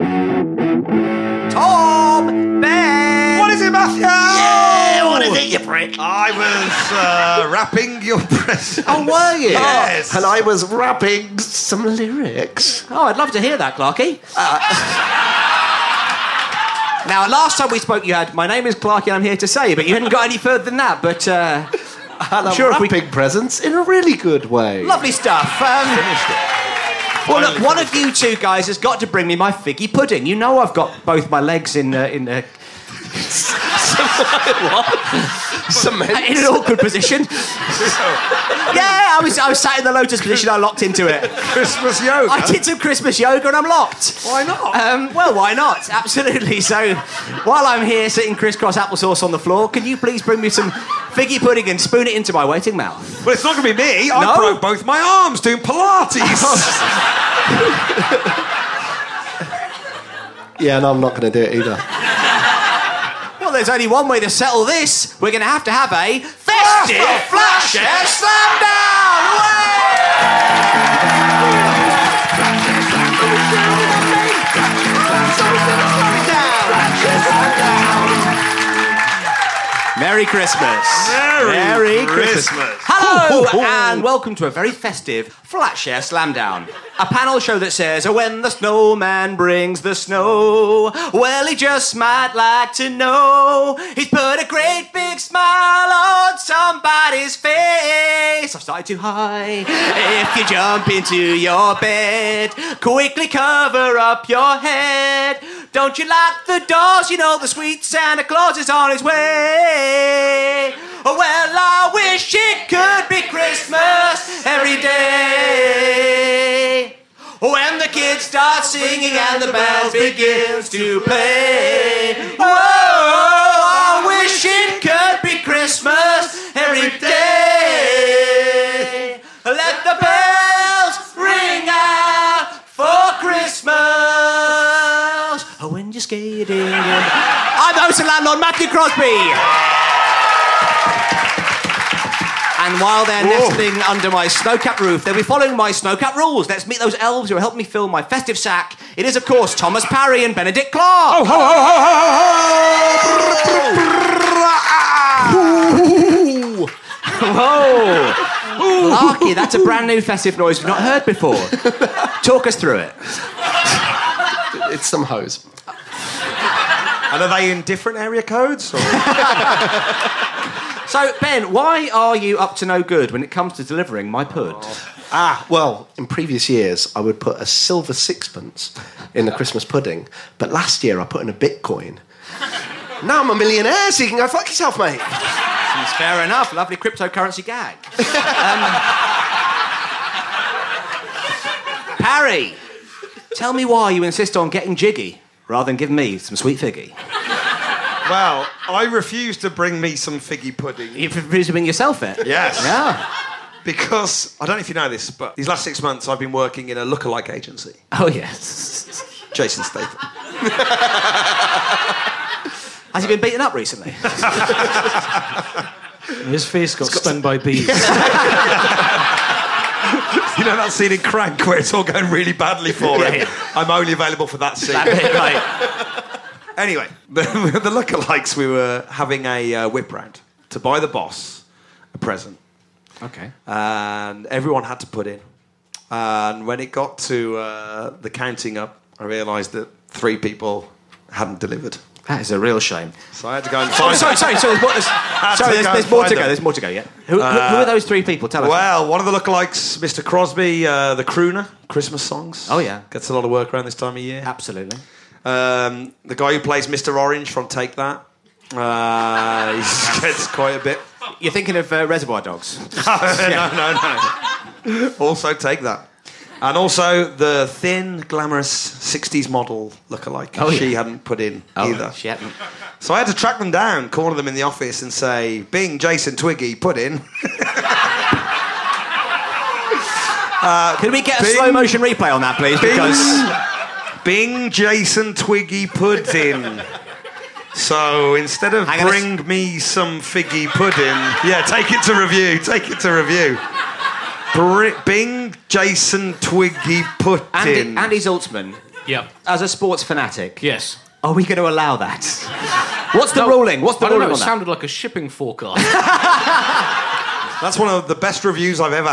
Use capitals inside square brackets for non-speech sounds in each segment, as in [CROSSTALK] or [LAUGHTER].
Tom Ben. What is it, Matthew? Yeah, what is it, you prick? I [LAUGHS] was uh, wrapping your present. Oh, were you? Yes. Oh, and I was rapping some lyrics. Oh, I'd love to hear that, Clarky. Uh, [LAUGHS] now, last time we spoke, you had "My name is Clarky, and I'm here to say," but you hadn't got any further than that. But uh, And I'm Sure, if we- wrapping presents in a really good way. lovely stuff. Um, Finished it. well, look, one of you two guys has got to bring me my figgy pudding. You know, I've got both my legs in uh, in. Uh, [LAUGHS] Cement. in an awkward position. yeah, I was I was sat in the lotus position. I locked into it. Christmas yoga. I did some Christmas yoga and I'm locked. Why not? Um, well, why not? Absolutely. So, while I'm here sitting crisscross applesauce on the floor, can you please bring me some figgy pudding and spoon it into my waiting mouth? Well, it's not going to be me. I No? broke both my arms doing Pilates. Yeah, and I'm not going to do it either. [LAUGHS] Well, there's only one way to settle this. We're going to have to have a festive [LAUGHS] flash slam down. Merry Christmas. Merry Christmas. Christmas. Hello and welcome to a very festive Flatshare Slamdown. A panel show that says, "Oh, when the snowman brings the snow, well, he just might like to know. He's put a great big smile on somebody's face. I've started too high. If you jump into your bed, quickly cover up your head. Don't you lock the doors, you know the sweet Santa Claus is on his way. Oh, well, I wish it could be Christmas every day. When the kids start singing and the bells begins to play. Whoa, I wish it could be Christmas every day. Let the bells ring out for Christmas. Oh, when you're skating. in- I'm host and landlord Matthew Crosby. And while they're nestling under my snow-capped roof, they'll be following my snow-capped rules. Let's meet those elves who will help me fill my festive sack. It is, of course, Thomas Parry and Benedict Clark. Oh, ho, ho, ho, ho, ho, ho. Clarky, that's a brand new festive noise we've not heard before. Talk us through it. It's some hose. And are they in different area codes? Or? So, Ben, why are you up to no good when it comes to delivering my pud? Ah, well, in previous years, I would put a silver sixpence in the Christmas pudding, but last year I put in a Bitcoin. Now I'm a millionaire, so you can go fuck yourself, mate. It's fair enough. Lovely cryptocurrency gag. Um, Harry, tell me why you insist on getting jiggy rather than giving me some sweet figgy. well, I refuse to bring me some figgy pudding. You're presuming yourself it? Yes. Yeah. Because I don't know if you know this, but these last six months I've been working in a lookalike agency. Oh, yes. Jason Statham. Has he been beaten up recently? His face got stung by bees. You know that scene in Crank where it's all going really [LAUGHS] badly for him? Yeah, yeah. I'm only available for that scene. right. Anyway, the, [LAUGHS] the lookalikes, we were having a uh, whip round to buy the boss a present, Okay. and everyone had to put in. And when it got to uh, the counting up, I realised that three people hadn't delivered. That is a real shame. So [LAUGHS] I had to go and find Oh, sorry, them. sorry, sorry. There's, more- there's, [LAUGHS] to sorry, there's, go there's and more to find go. them. There's more to go, yeah. Who, who- who are those three people? Tell us. Well, one of the lookalikes, Mr. Crosby, uh, the crooner, Christmas songs. Oh, yeah. Gets a lot of work around this time of year. Absolutely. Um, the guy who plays Mr. Orange from Take That. Uh, he [LAUGHS] gets quite a bit. You're thinking of uh, Reservoir Dogs. no, no, no. [LAUGHS] Also, take that. And also the thin, glamorous 60s model lookalike. Oh, she yeah. hadn't put in Oh, either. she hadn't. So I had to track them down, corner them in the office, and say, Bing, Jason, Twiggy, put in. Could Uh, we get a Bing. slow motion replay on that, please? Because Bing, Jason, Twiggy, pudding. So instead of I'm gonna bring me some figgy pudding, yeah, take it to review. Take it to review. Bri- Bing, Jason, Twiggy, pudding. Andy, Andy Zaltzman, Yeah. as a sports fanatic, Yes. are we going to allow that? [LAUGHS] What's the ruling? What's the I don't ruling know. It on that? sounded like a shipping forecast. That's one of the best reviews I've ever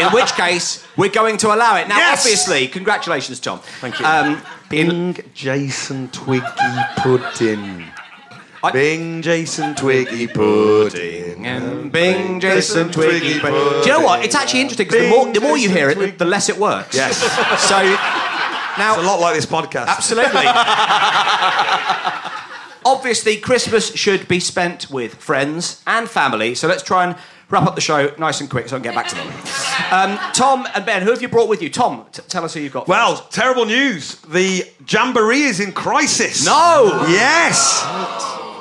[LAUGHS] In which case, we're going to allow it. Now, Yes! obviously, congratulations, Tom. Thank you. Um, Bing, Jason, Twiggy, pudding. I- Bing, Jason, Twiggy, pudding. and Bing, Jason, Twiggy. but- Do you know what? It's actually interesting because the Bing, more, the more you Jason, hear it, Twiggy. the, the less it works. Yes. [LAUGHS] So, now, It's a lot like this podcast. Absolutely. [LAUGHS] Obviously, Christmas should be spent with friends and family, so let's try and wrap up the show nice and quick so I can get back to them. Um, Tom and Ben, who have you brought with you? Tom, t- tell us who you've got. Well, terrible news. The Jamboree is in crisis. No! Yes!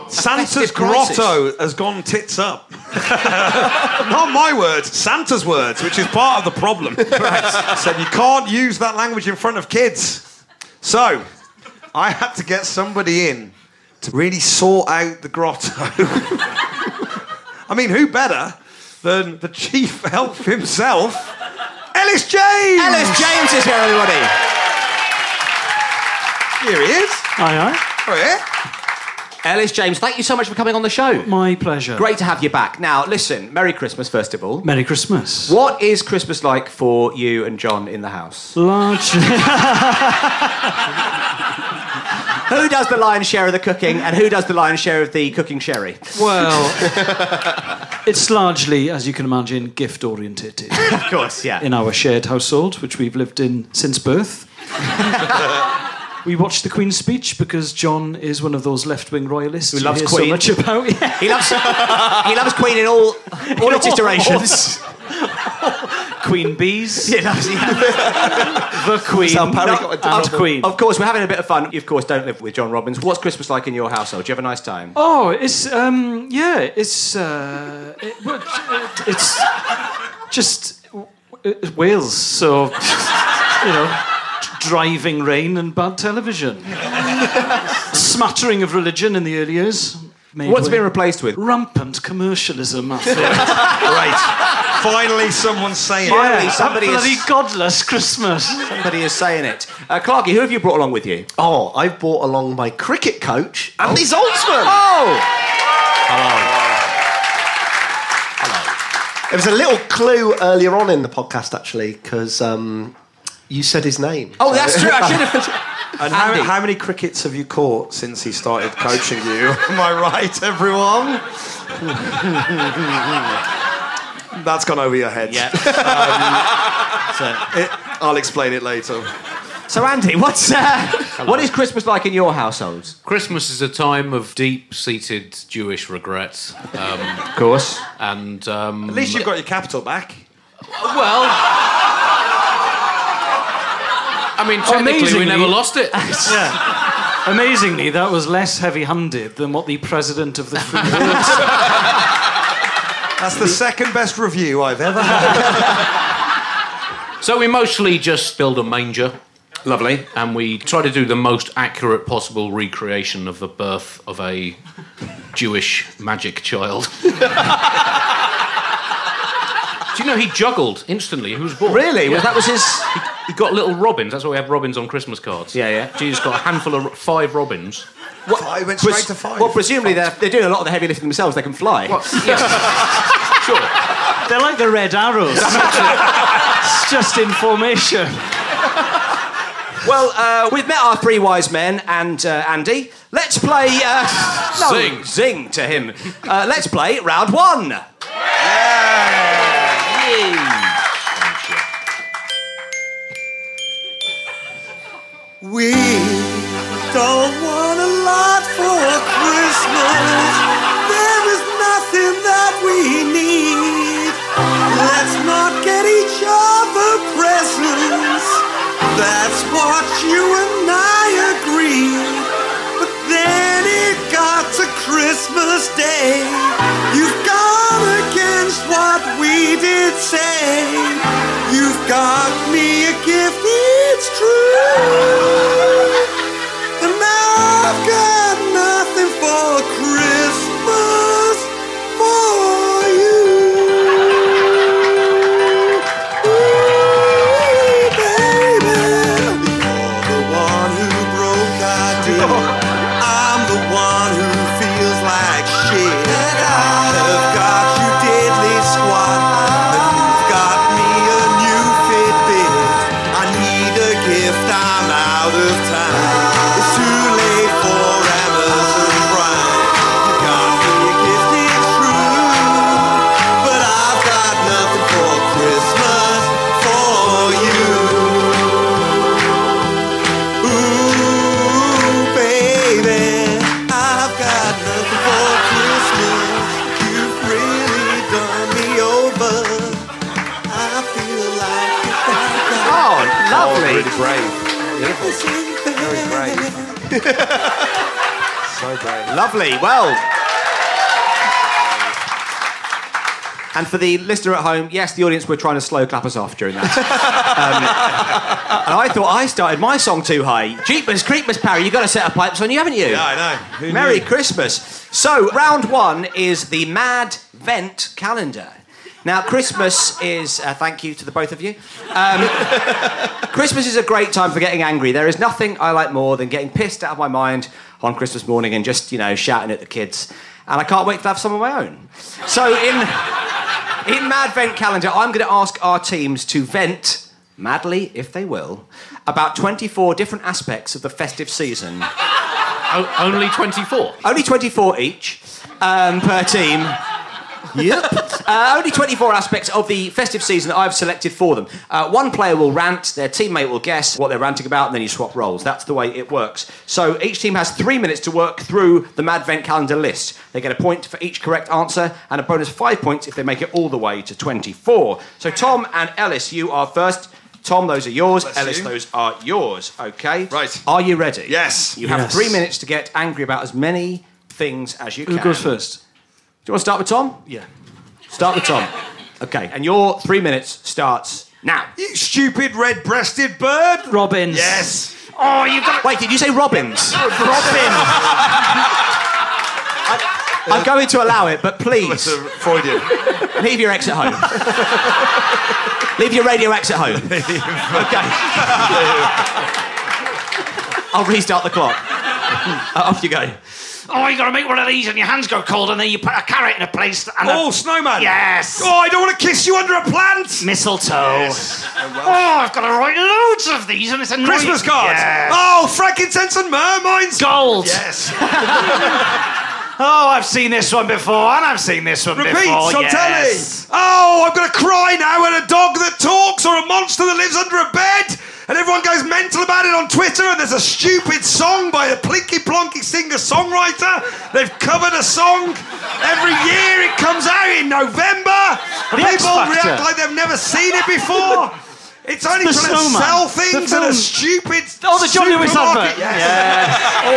Santa's festive crisis. grotto has gone tits up. [LAUGHS] Not my words, Santa's words, which is part of the [LAUGHS] problem. Said you can't use that language in front of kids. So, I had to get somebody in to really sort out the grotto. [LAUGHS] I mean, who better than the chief [LAUGHS] elf himself, Ellis James? Ellis James is here, everybody. Here he is. Aye, aye. Oh, yeah. Ellis James, thank you so much for coming on the show. My pleasure. Great to have you back. Now, listen, Merry Christmas, first of all. Merry Christmas. What is Christmas like for you and John in the house? Largely. [LAUGHS] Who does the lion's share of the cooking, and who does the lion's share of the cooking sherry? [LAUGHS] Well, it's largely, as you can imagine, gift orientated [LAUGHS] Of course, yeah. in our shared household, which we've lived in [LAUGHS] since birth. we watched the Queen's speech because John is one of those left wing royalists who loves you hear Queen. so much about. [LAUGHS] Yeah. He loves he loves Queen in all all its iterations. Queen bees, He loves- yeah. [LAUGHS] the Queen, No, and of, Queen. Of course, we're having a bit of fun. You, of course, don't live with John Robbins. What's Christmas like in your household? Do you have a nice time? Oh, it's um, yeah, it's uh, it, well, it- it's just w- it's Wales, so you know, driving rain and bad television, smattering of religion in the early years. made What's way- been replaced with? rampant commercialism? I think. [LAUGHS] Right. Finally, someone's saying it. Finally, somebody a bloody is, godless Christmas. somebody is saying it. Uh, Clarky, who have you brought along with you? Oh, I've brought along my cricket coach, Andy Zoltzman. Oh! There was a little clue earlier on in the podcast, actually, because um, you said his name. [LAUGHS] Oh, that's true. I should [LAUGHS] have. And how, Andy. how many crickets have you caught since he started coaching you? Am I right, everyone? That's gone over your head. Yeah. It- I'll explain it later. So, [LAUGHS] Andy, [LAUGHS] what's uh, what is Christmas like in your household? Christmas is a time of deep-seated Jewish regret, um, Of course. and um, At least you've got your capital back. well. [LAUGHS] I mean, technically, we Amazingly- never lost [LAUGHS] it. [LAUGHS] [LAUGHS] Yeah. Amazingly, that was less heavy-handed than what the president of the Free World That's the second best review I've ever [LAUGHS] had. So we mostly just build a manger. Lovely. and we try to do the most accurate possible recreation of the birth of a Jewish magic child. [LAUGHS] do you know he juggled instantly? Who was born? Really? Well, that was his. He got little robins. That's why we have robins on Christmas cards. Yeah, yeah. Jesus got a handful of ro- five robins. What, I went pres- straight to five. Well, presumably they're, they're doing a lot of the heavy lifting themselves. They can fly. [LAUGHS] sure. They're like the red [LAUGHS] arrows. it's just information. Well, uh, we've met our three wise men and uh, Andy. Let's play. Uh, no, Zing. Zing to him. Uh, let's play round one. We don't want a lot for Christmas. There is nothing that we need. Let's not get each other presents. That's what you and I agreed. But then it got to Christmas Day. You've gone against what we did say. You've got me a gift, it's true. And now I've got nothing for Christmas for you. Ooh, baby, you're the one who broke our deal. I'm the one who feels like shit. I've got you diddly squat, but you've got me a new Fitbit. I need a gift, I'm out of time. It's too late for Amazon Prime. You got me a gift, it's true. But I've got nothing for Christmas for you. Ooh, baby, I've got nothing for Christmas. You've really done me over. I feel like I've Oh, got lovely. Really brave. this in [LAUGHS] bed. So brave. Lovely. Well. And for the listener at home, yes, the audience were trying to slow clap us off during [LAUGHS] that. um, and I thought I started my song too high. Jeepers, creepers, Parry, you got a set of pipes on you, haven't you? Yeah, I know. Who Merry knew? Christmas. So, round one is the Mad Vent calendar. Now, Christmas is, uh, thank you to the both of you. Um, Christmas is a great time for getting angry. There is nothing I like more than getting pissed out of my mind on Christmas morning and just, you know, shouting at the kids. And I can't wait to have some of my own. So, in. In Mad Vent Calendar, I'm going to ask our teams to vent, madly if they will, about 24 different aspects of the festive season. O- only 24. Only 24 each um, per team. Yep. Uh, only 24 aspects of the festive season that I've selected for them. Uh, one player will rant, their teammate will guess what they're ranting about, and then you swap roles. That's the way it works. So each team has three minutes to work through the Mad Vent calendar list. They get a point for each correct answer, and a bonus five points if they make it all the way to 24. So Tom and Ellis, you are first. Tom, those are yours. Bless Ellis, you. those are yours. Okay. Right. Are you ready? Yes. You have Yes. three minutes to get angry about as many things as you Who can. goes first? Do you want to start with Tom? Yeah. Start with Tom. Okay, and your three minutes starts now. You stupid red-breasted bird. Robbins. Yes. Oh, you got. Wait, did you say Robbins? Robin. I, I'm going to allow it, but That's please a Freudian. leave your ex at home. leave your radio ex [LAUGHS] at home. okay. I'll restart the clock. Uh, off you go. Oh, you gotta make one of these and your hands go cold and then you put a carrot in a place and Oh, a snowman. Yes. Oh, I don't want to kiss you under a plant. mistletoe. Oh, I've gotta write loads of these and it's annoying. Christmas cards. Yes. Oh, frankincense and myrmines. Gold. [LAUGHS] Yes. [LAUGHS] Oh, I've seen this one before and I've seen this one Repeat before. on yes. telly. Oh, I'm going to cry now at a dog that talks or a monster that lives under a bed. And everyone goes mental about it on Twitter. And there's a stupid song by a plinky plonky singer songwriter. They've covered a song. Every year it comes out in November. And The X people Factor. react like they've never seen it before. It's only The trying to snowman. sell The things and a film. stupid. Oh, the John Lewis supermarket. advert. Yes. [LAUGHS]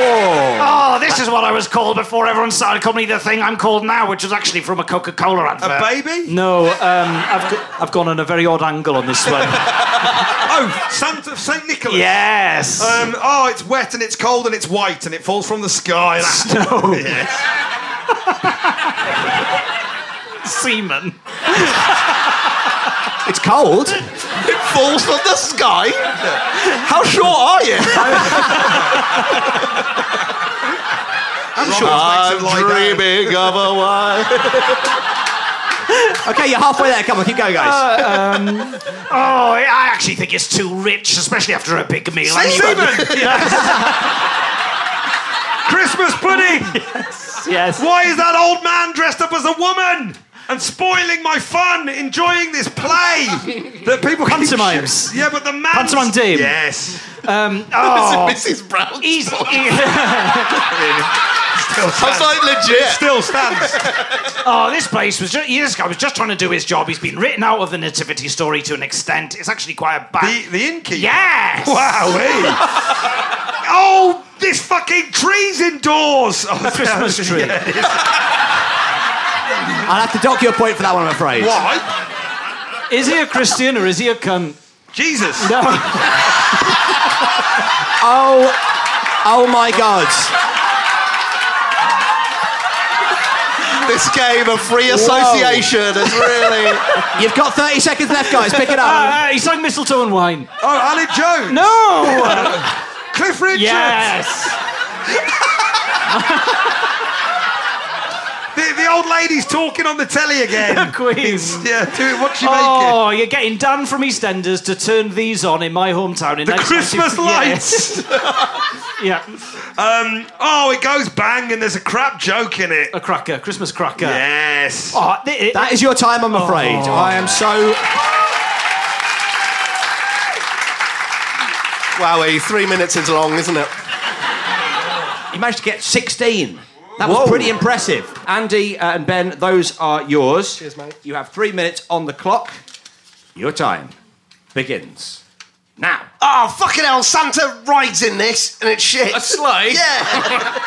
Oh, this is what I was called before everyone started calling me the thing I'm called now, which was actually from a Coca Cola advert. A baby? No, um, I've, go- I've gone on a very odd angle on this [LAUGHS] one. Oh, Santa Saint Nicholas. Yes. Um, oh, it's wet and it's cold and it's white and it falls from the sky. [LAUGHS] Snow. yes. semen. It's cold. It falls from the sky. How sure are you? [LAUGHS] I'm sure it makes it lie down. of a [LAUGHS] wife. Okay, you're halfway there. Come on, keep going, guys. Oh, I actually think it's too rich, especially after a big meal. [LAUGHS] I knew- Semen. Christmas pudding. [LAUGHS] yes. Why is that old man dressed up as a woman and spoiling my fun, enjoying this play that people keep- Pantomimes. [LAUGHS] Yeah, but the man. Pantomime Dame. Yes. Um, [LAUGHS] Oh. Oh. Mrs. Brown. He's, he- Still I was stands. like, legit. Still [LAUGHS] stands. Oh, this place was just. This guy was just trying to do his job. He's been written out of the nativity story to an extent. It's actually quite a bad. The, the innkeeper. yes. Wow, eh? Oh, this fucking tree's indoors. Oh, Christmas tree. I'll have to dock your point for that one, I'm afraid. why? Is he a Christian or is he a cunt? Jesus. No. [LAUGHS] Oh, oh my God. This game of free association is really. You've got 30 seconds left, guys. Pick it up. Uh, he's like mistletoe and wine. Oh, Alan Jones. No. [LAUGHS] Cliff Richard. yes. [LAUGHS] The, the old lady's talking on the telly again. [LAUGHS] Queen. yeah, do it. What you making? Oh, you're getting Dan from EastEnders to turn these on in my hometown in The Christmas lights. Yeah. Um, oh, it goes bang, and there's a crap joke in it. a cracker, Christmas cracker. Yes. Oh, th- it- Oh. That is your time, I'm afraid. I am so. Wowie, eh, three minutes is long, isn't it? You managed to get 16. That was pretty impressive. Andy uh, and Ben, those are yours. Cheers, mate. You have three minutes on the clock. Your time begins now. Oh, fucking hell, Santa rides in this and it's shit. A sleigh? Yeah.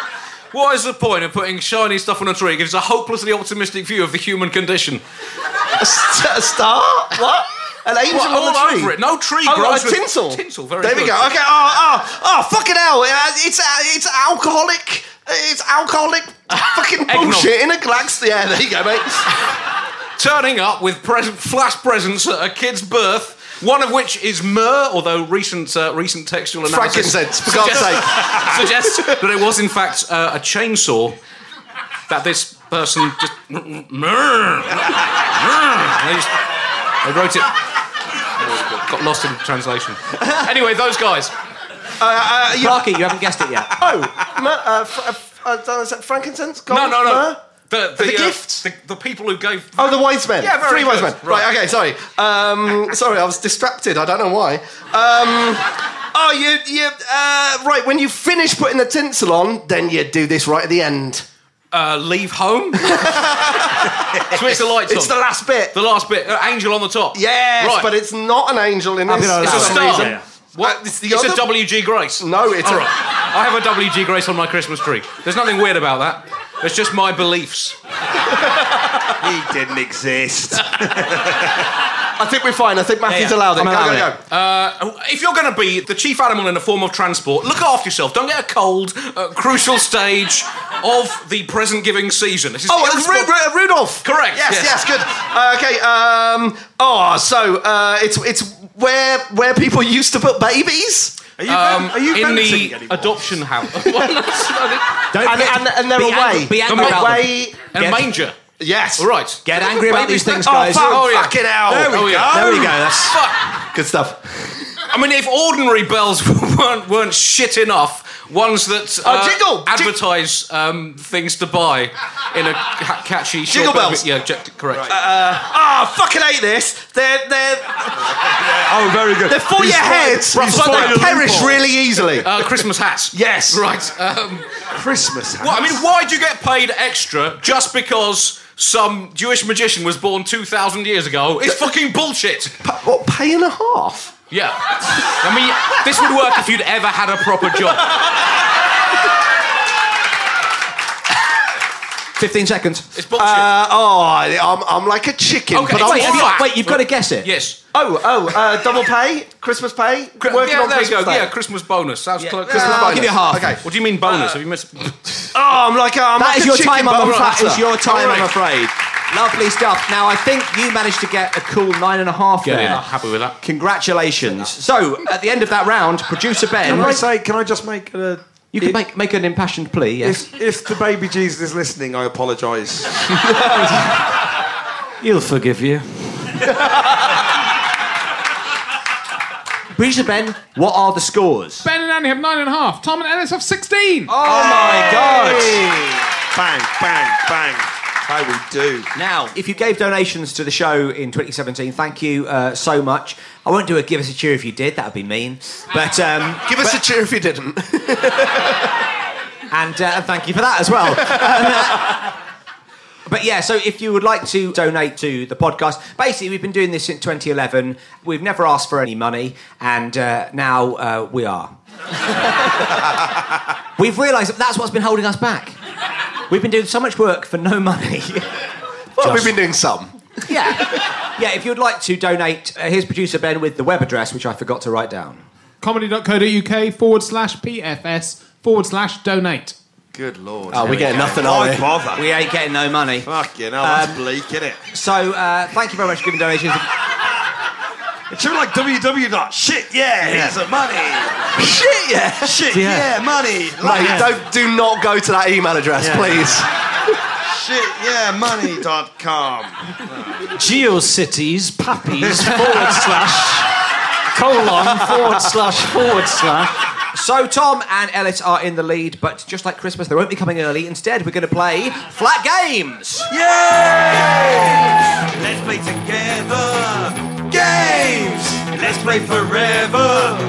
What is the point of putting shiny stuff on a tree? It gives a hopelessly optimistic view of the human condition. [LAUGHS] a, st- a star? What? An angel What, on the all tree? over it. No tree Oh, grows a with- tinsel. Tinsel, very There we good. go. Okay. Oh, oh, oh, fucking hell. Uh, It's uh, it's alcoholic. It's alcoholic fucking Eggnog. bullshit in a glass. Yeah, there you go, mate. Turning up with present, flash presents at a kid's birth, one of which is myrrh, although recent uh, recent textual analysis Frankincense, for God's sake. [LAUGHS] suggests that it was in fact uh, a chainsaw that this person just [LAUGHS] myrrh, myrrh. They, just, they wrote it. Got lost in translation. Anyway, those guys. Clarky, you haven't guessed it yet. Uh, Oh, no, uh, f- uh, f- uh, don't know, is that frankincense? No, Gold? no, no. Myrrh? The, The uh, gift? The, the people who gave. Oh, the wise men. Yeah, very three wise men. good. Right. Right. Okay. Sorry. Um, sorry, I was distracted. I don't know why. Um, oh, you, you. Uh, right. When you finish putting the tinsel on, then you do this right at the end. uh, leave home. [LAUGHS] Switch the lights It's on. the last bit. The last bit. Uh, angel on the [LAUGHS] top. yes, right. but it's not an angel in this. It's for a some star. reason. What? Uh, it's the it's a other- W.G. Grace. No, it's All a- right. I have a W.G. Grace on my Christmas tree. There's nothing weird about that. It's just [LAUGHS] my beliefs. he didn't exist. I think we're fine. I think Matthew's yeah. allowed it. I'm Go, allowing go, it. go. Uh, if you're going to be the chief animal in a form of transport, look after yourself. Don't get a cold. Uh, crucial stage of the present giving season. This is Oh, the it's Ru- irresponsible- Ru- Rudolph. Correct, Yes, yes, yes. good. Uh, okay. Um, oh, so uh, it's it's where where people used to put babies. Are you, um, are you in venting the anymore? adoption house. [LAUGHS] [LAUGHS] Well, that's not it. Don't And- be- and- and they're be away. Angry, be Don't angry make- about them. Way. and manger. Yes. All right. Get angry about these things, guys. fuck, Oh, yeah. fucking hell. There we Oh, yeah. go. There we go. That's Fuck. Good stuff. I mean, if ordinary bells [LAUGHS] weren't, weren't shit enough, ones that uh, Oh, jingle! Jing- advertise um, things to buy in a ca- catchy short Jingle bit of- bells. Yeah, j- correct. Ah, fucking hate this. They're they're Oh, very good. they're for your heads, he's but right. they perish really easily. Uh, Christmas hats. Yes. Right. Um, Christmas. well, I mean, why do you get paid extra just because some Jewish magician was born 2,000 years ago? It's fucking bullshit. Pa- what pay and a half? Yeah. I mean, this would work if you'd ever had a proper [LAUGHS] job. 15 seconds. It's bullshit. Uh, oh, I'm, I'm like a chicken. Okay, but I'm Wait, have you, Fuck. wait, you've got to guess it. yes. oh oh, uh, double pay, Christmas pay, Cri- working yeah, on there Christmas you go. Day. Yeah, Christmas bonus. Sounds close. Yeah, Christmas I'll bonus. give you half. Okay. What do you mean bonus? Have you missed? Oh, I'm like a, I'm That like is a your chicken, time, but I'm afraid. That flatter. is your time, Alright. I'm afraid. Lovely stuff. Now, I think you managed to get a cool nine and a half Get there. in. Happy with that. Congratulations. So, at the end of that round, producer Ben, Can I say? Can I just make a? you can make, make an impassioned plea. Yes. If, if the baby Jesus is listening, I apologise. He'll forgive you. Producer Ben, what are the scores? Ben and Andy have nine and a half. Tom and Ellis have 16. Oh my God! bang, bang, bang. How we do. Now, if you gave donations to the show in 2017, thank you uh, so much. I won't do a give us a cheer if you did, that would be mean. But um, Give us a cheer if you didn't. [LAUGHS] And, uh, and thank you for that as [LAUGHS] well. [LAUGHS] But yeah, so if you would like to donate to the podcast, basically we've been doing this since 2011. We've never asked for any money, and uh, now uh, we are. [LAUGHS] we've realised that that's what's been holding us back. We've been doing so much work for no money. [LAUGHS] well, we've been doing some. Yeah. Yeah, if you'd like to donate, uh, here's producer Ben with the web address, which I forgot to write down. Comedy.co.uk forward slash PFS forward slash donate. Good lord. Oh, we get nothing, are Why we? bother? We ain't getting no money. Fucking hell, that's Um, bleak, isn't it? So uh, thank you very much for giving donations. It's sort of like WW dot shit. Yeah, here's the money. Shit, yeah. Shit, Yeah. yeah, money. Mate, Like, don't do not go to that email address, Yeah. please. Shit, yeah, money dot com. Geocities Pappies forward [LAUGHS] slash colon forward slash forward slash. So Tom and Ellis are in the lead, but just like Christmas, they won't be coming early. Instead, we're going to play flat games. Yay! Let's play together. Games! Let's play forever.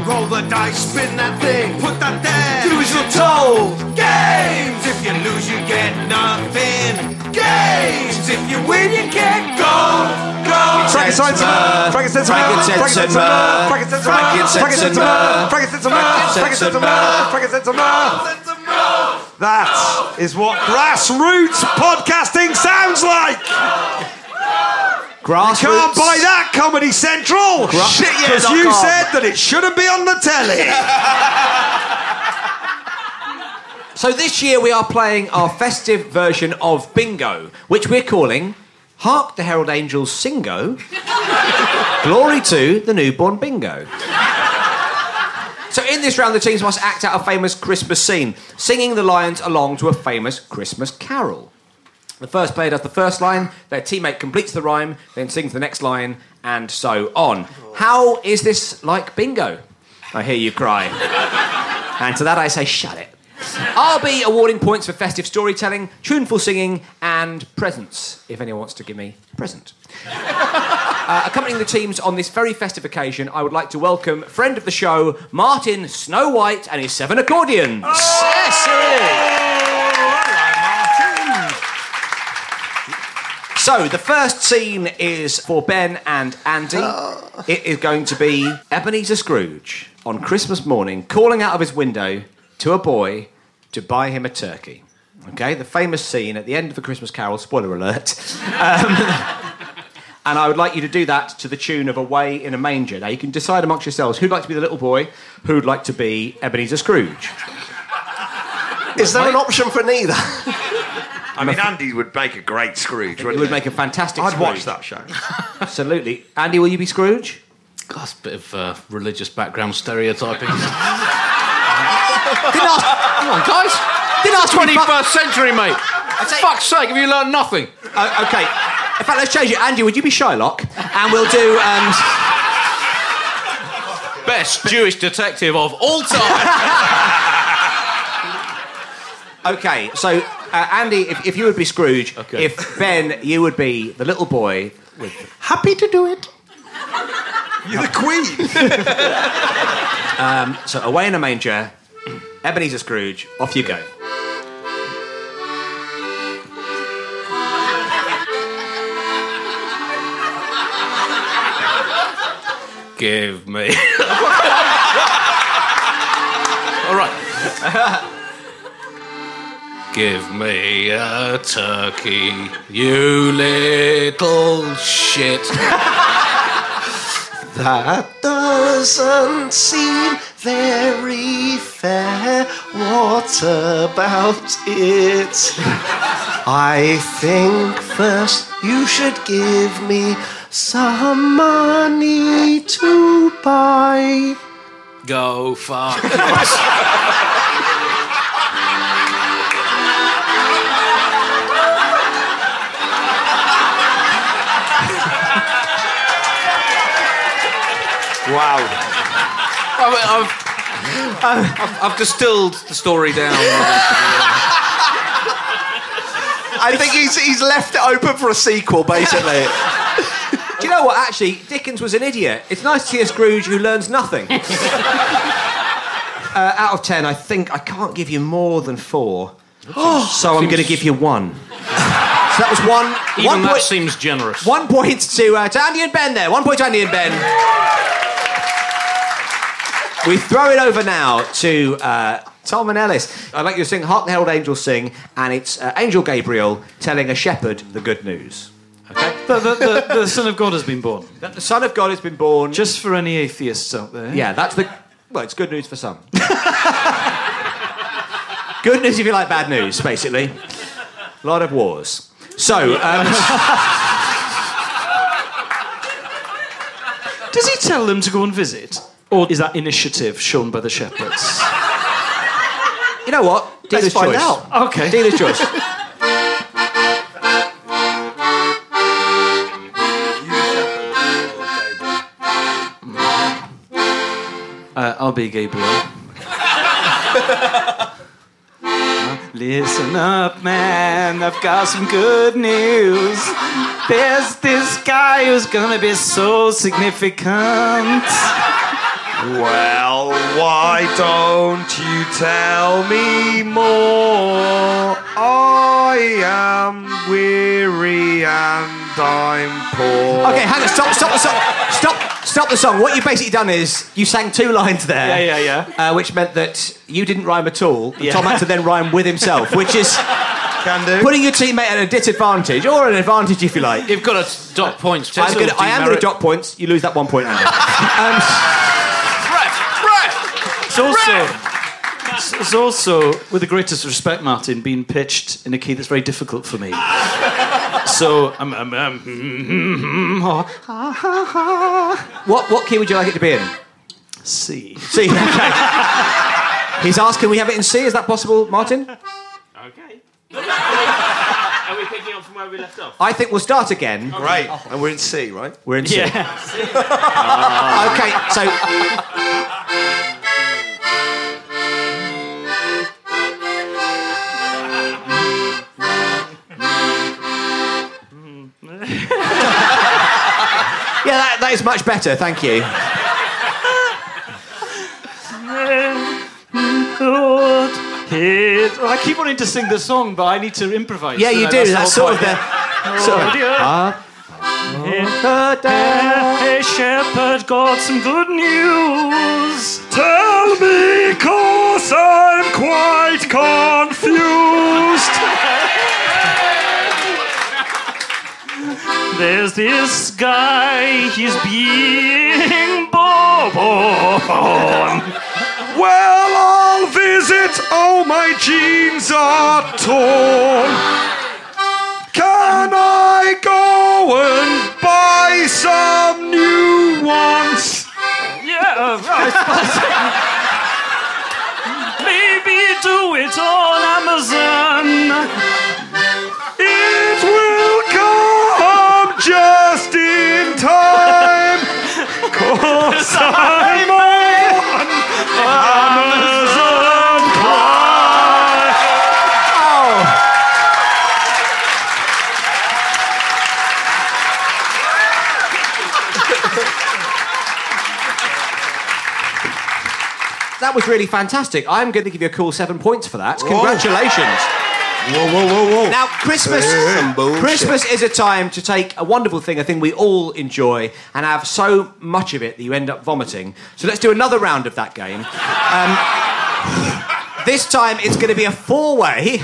Roll the dice, spin that thing, put that there. Do as you're told. Games! If you lose, you get nothing. Games! If you win, you get gold. Gold! Frankenstein's a man. Frankenstein's a man. Frankenstein's a man. Frankenstein's a man. Frankenstein's a man. Frankenstein's a man. Frankenstein's a man. Frankenstein's a man. That is what grassroots podcasting sounds like. Grassroots. Can't buy that, Comedy Central. Shit, yeah, Because dot you com. said that it shouldn't be on the telly. So this year we are playing our festive version of bingo, which we're calling "Hark the Herald Angels Singo." Glory to the newborn bingo. So in this round, the teams must act out a famous Christmas scene, singing the lions along to a famous Christmas carol. The first player does the first line, their teammate completes the rhyme, then sings the next line, and so on. How is this like bingo? I hear you cry. and to that I say, shut it. I'll be awarding points for festive storytelling, tuneful singing, and presents, if anyone wants to give me a present. Uh, accompanying the teams on this very festive occasion, I would like to welcome friend of the show, Martin Snow White and his seven accordions. Yes, So the first scene is for Ben and Andy. It is going to be Ebenezer Scrooge on Christmas morning calling out of his window to a boy to buy him a turkey. Okay, the famous scene at the end of the Christmas Carol. Spoiler alert. Um, [LAUGHS] And I would like you to do that to the tune of Away in a Manger. Now, you can decide amongst yourselves who'd like to be the little boy, who'd like to be Ebenezer Scrooge. Is there an option for neither? [LAUGHS] I mean, Andy would make a great Scrooge. It would make a fantastic I'd Scrooge. watch that show. [LAUGHS] Absolutely. Andy, will you be Scrooge? God, that's a bit of uh, religious [LAUGHS] background stereotyping. Didn't ask, Oh come on, guys. Didn't ask 21st. 21st century, mate. say- Fuck's sake, have you learned nothing? Uh, okay. In fact, let's change it. Andy, would you be Shylock? And we'll do. Um, Best Jewish detective of all [LAUGHS] time. okay, so uh, Andy, if, if you would be Scrooge, Okay. if Ben, you would be the little boy. Happy to do it. You're the [LAUGHS] Queen. Um, So, Away in a Manger, Ebenezer Scrooge, off you go. Give me. [LAUGHS] all right. [LAUGHS] Give me a turkey, you little shit. [LAUGHS] That doesn't seem very fair. What about it? I think first you should give me some money to buy. Go fuck. [LAUGHS] wow. I mean, I've, I've, I've distilled the story down. I think he's, he's left it open for a sequel, basically. [LAUGHS] Do you know what? Actually, Dickens was an idiot. It's nice to see a Scrooge who learns nothing. uh, out of ten, I think I can't give you more than [GASPS] four. Oh, so I'm going to give you [LAUGHS] one. so that was one. Even one that point, seems generous. one point to, uh, to Andy and Ben there. One point to Andy and Ben. We throw it over now to uh, Tom and Ellis. I'd like you to sing Heart and Herald Angels Sing, and it's uh, Angel Gabriel telling a shepherd the good news. The, the, the, the Son of God has been born. That the Son of God has been born. Just for any atheists out there. Yeah, that's the. Well, it's good news for some. [LAUGHS] good news if you like bad news, basically. A lot of wars. So, um, Does he tell them to go and visit? Or is that initiative shown by the shepherds? you know what? Let's Dealer's find choice. out. Okay. Dealer's choice. [LAUGHS] Uh, I'll be Gabriel. [LAUGHS] Listen up, man, I've got some good news. There's this guy who's gonna be so significant. Well, why don't you tell me more? I am weary and I'm poor. Okay, hang on. Stop. Stop the song. Stop. Stop the song. What you've basically done is you sang two lines there. Yeah, yeah, yeah. Uh, which meant that you didn't rhyme at all. And Tom had to then rhyme with himself, which is Can do. putting your teammate at a disadvantage or an advantage if you like. You've got to dot points. I'm Tessa. gonna, I am going to dock points. You lose that one point. Andy. It's also, it's- it's also, with the greatest respect, Martin, being pitched in a key that's very difficult for me. So I'm, I'm, I'm or Um, What what key would you like it to be in? C. C. Okay. He's asked, can we have it in C? Is that possible, Martin? Okay. Are we picking up from where we left off? I think we'll start again. Great. And we're in C, right? We're in C. Yeah. [LAUGHS] Okay, so [LAUGHS] Yeah, that, that is much better, thank you. Lord, hear- well, I keep wanting to sing the song, but I need to improvise. Yeah, you don't do. I? the That's whole sort of the. point. Sort Oh, of, Ah. dear. da, da. Hey, shepherd, got some good news. Tell me, cause I'm quite confused. There's this guy, he's being born. Well, I'll visit. Oh, my jeans are torn. Can I go and buy some new ones? Yeah, uh, I suppose. [LAUGHS] Maybe do it on Amazon. It will come just in time. Cause [LAUGHS] I'm on Amazon Oh. Prime. Oh! That was really fantastic. I'm going to give you a cool seven points for that. Congratulations. Whoa, whoa, whoa, whoa. Now, Christmas, Some bullshit. Christmas is a time to take a wonderful thing, a thing we all enjoy, and have so much of it that you end up vomiting. So let's do another round of that game. Um, [SIGHS] this time it's going to be a four-way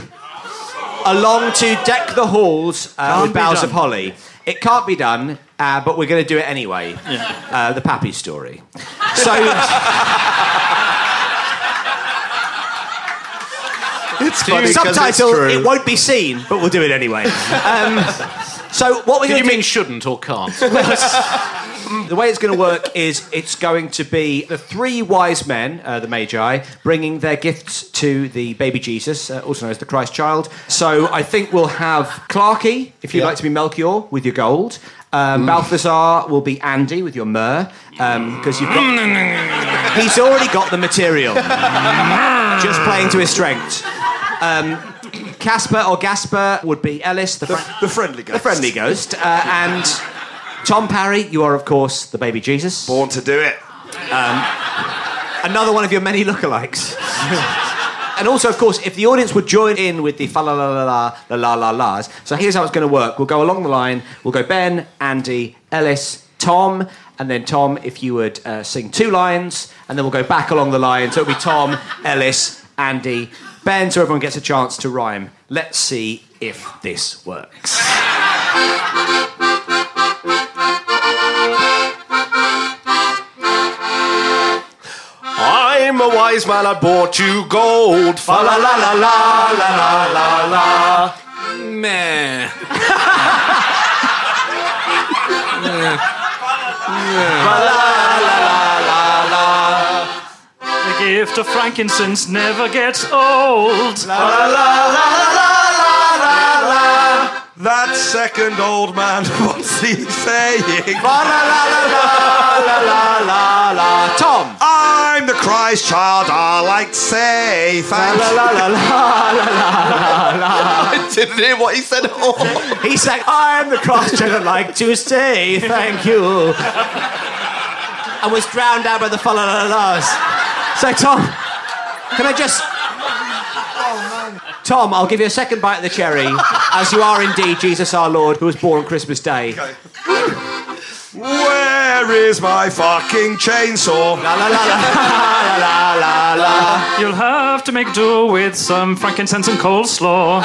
along to deck the halls uh, with be boughs done. of holly. It can't be done, uh, but we're going to do it anyway. Uh, the Pappy story. So. It's Subtitle, it won't be seen, but we'll do it anyway. Um, [LAUGHS] so what we're going Did you to do, mean shouldn't or can't? [LAUGHS] the way it's going to work is it's going to be the three wise men, uh, the Magi, bringing their gifts to the baby Jesus, uh, also known as the Christ child. So I think we'll have Clarkey, if you'd Yeah. like to be Melchior, with your gold. Um, Balthazar will be Andy with your myrrh, because you've got... He's already got the material. Just playing to his strengths. Um, Casper or Gasper would be Ellis, the, Fra- The friendly guy. the friendly ghost, uh, and Tom Parry. You are, of course, the baby Jesus. Born to do it. Um, Another one of your many lookalikes. and also, of course, if the audience would join in with the fa la la la la la la la las. So here's how it's going to work. We'll go along the line. We'll go Ben, Andy, Ellis, Tom, and then Tom, if you would uh, sing two lines, and then we'll go back along the line. So it'll be Tom, Ellis, Andy, Ben, so everyone gets a chance to rhyme. Let's see if this works. I'm a wise man, I bought you gold. Fa la la la la la la la la. Meh. The gift of frankincense never gets old. That second old man, [LAUGHS] what's he saying? Tom! I'm the Christ child, I like to say thanks. I didn't hear what he said at all. He's like, I'm the cross I'd like to say thank you. I was drowned out by the fa la la la's. So, Tom, can I just. Tom, I'll give you a second bite of the cherry, as you are indeed Jesus our Lord, who was born on Christmas Day. Where is my fucking chainsaw? You'll have to make do with some frankincense and coleslaw.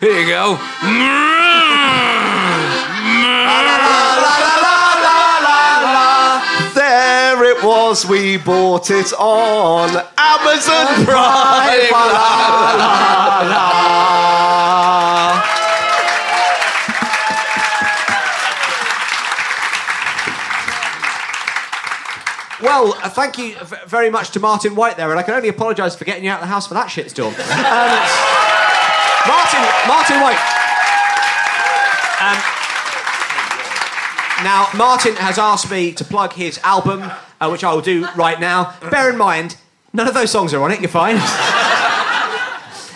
Here you go. There it was, we bought it on Amazon Prime. La, la, la, la. Well, uh, thank you v- very much to Martin White there, and I can only apologise for getting you out of the house for that shitstorm. Um, Martin, Martin White. Um, now, Martin has asked me to plug his album, uh, which I will do right now. Bear in mind, none of those songs are on it. You're fine.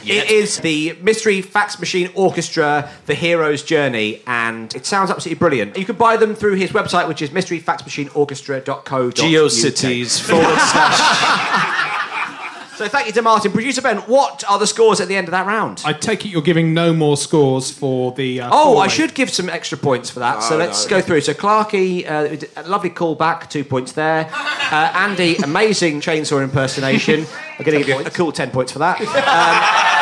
It is the Mystery Fax Machine Orchestra, The Hero's Journey, and it sounds absolutely brilliant. You can buy them through his website, which is mysteryfaxmachineorchestra.co.uk. GeoCities forward So thank you to Martin. Producer Ben, what are the scores at the end of that round? I take it you're giving no more scores for the. Uh, Oh, four-way. I should give some extra points for that. so Oh, let's no. go through. So Clarkey, uh, we did a lovely call back, two points there. Uh, Andy, amazing chainsaw impersonation. I'm going to give you a cool ten points for that. Um,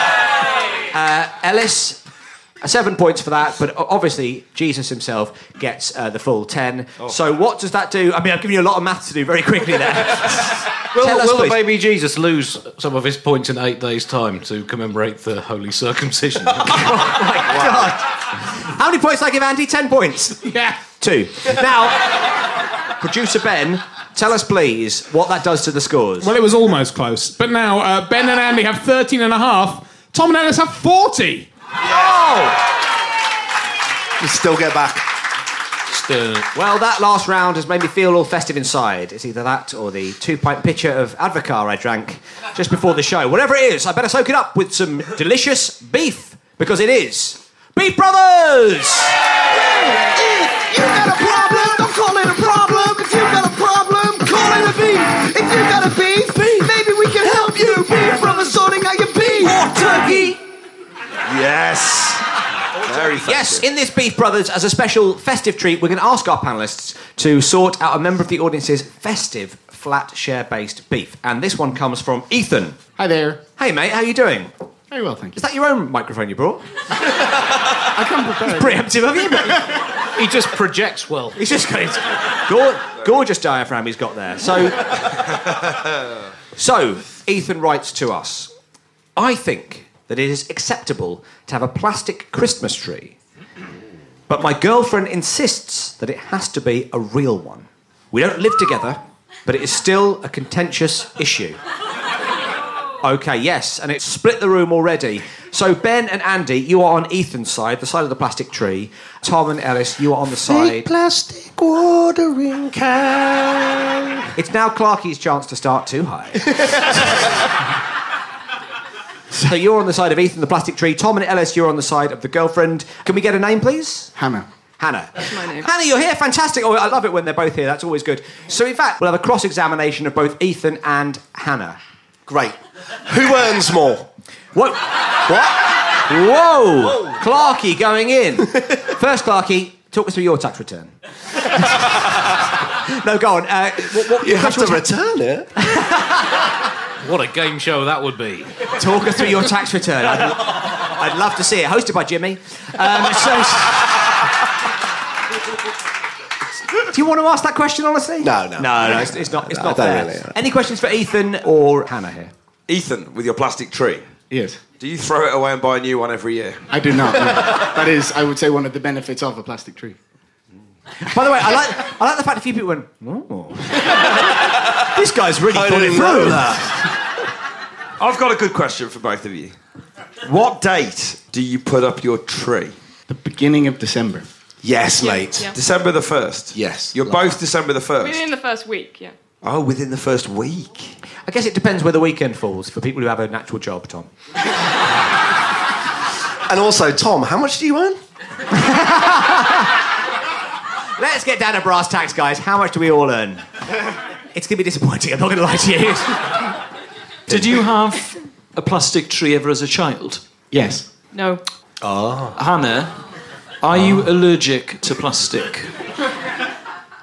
uh, Ellis, uh, seven points for that. But o- obviously, Jesus himself gets uh, the full ten. Oh. So what does that do? I mean, I've given you a lot of math to do very quickly there. Will, Tell us, will the please. [LAUGHS] baby Jesus lose some of his points in eight days' time to commemorate the holy [LAUGHS] circumcision? How many points did I give Andy? Ten points. Yeah. Two. Now, producer Ben, tell us please what that does to the scores. Well, it was almost close. But now, uh, Ben and Andy have 13 and a half. Tom and Ellis have 40. Oh! You still get back. Well, that last round has made me feel all festive inside. It's either that or the two pint pitcher of Advocar I drank just before the show. Whatever it is, I better soak it up with some delicious beef because it is Beef Brothers! If you got a problem, don't call it a problem. If you got a problem, call Yes, in this Beef Brothers, as a special festive treat, we're going to ask our panelists to sort out a member of the audience's festive flat share based beef. And this one comes from Ethan. Hi there. Hey, mate, how you doing? Very well, thank you. Is that your own microphone you brought? I come prepared. Preemptive of you, mate. He just projects well. He's just got his gor- gorgeous diaphragm he's got there. So, so Ethan writes to us. I think that it is acceptable to have a plastic Christmas tree, but my girlfriend insists that it has to be a real one. We don't live together, but it is still a contentious issue. Okay, yes, and it's split the room already. So Ben and Andy, you are on Ethan's side, the side of the plastic tree. Tom and Ellis, you are on the side. Plastic watering can. It's now Clarky's chance to start too [LAUGHS] high. so you're on the side of Ethan, the plastic tree. Tom and Ellis, you're on the side of the girlfriend. Can we get a name, please? Hannah. Hannah. Hannah, you're here. Fantastic. Oh, I love it when they're both here. That's always good. So, in fact, we'll have a cross examination of both Ethan and Hannah. Great. Who earns more? What? What? Whoa! Clarky going in. First, Clarky, talk us through your tax return. [LAUGHS] no, go on. Uh, what, what, You have to return it. What a game show that would be. Talk us through your tax return. I'd, I'd love to see it. Hosted by Jimmy. Um, so, do you want to ask that question honestly? No, no. No, no, it's, it's not. It's No, not I fair. don't really. Any questions for Ethan or Hannah here? Ethan, with your plastic tree, Yes. do you throw it away and buy a new one every year? I do not. no. That is, I would say, one of the benefits of a plastic tree. By the way, I like I like the fact a few people went. Oh. this guy's really I thought it didn't know through. that. I've got a good question for both of you. What date do you put up your tree? The beginning of December. Yes, Yeah, mate. yeah. December the 1st? Yes. You're both December the 1st? Within the first week, yeah. Oh, within the first week. I guess it depends where the weekend falls for people who have an actual job, Tom. [LAUGHS] And also, Tom, how much do you earn? [LAUGHS] Let's get down to brass tacks, guys. How much do we all earn? It's going to be disappointing. I'm not going to lie to [LAUGHS] you. Did you have a plastic tree ever as a child? Yes. No. Ah. Hannah, are you allergic to plastic?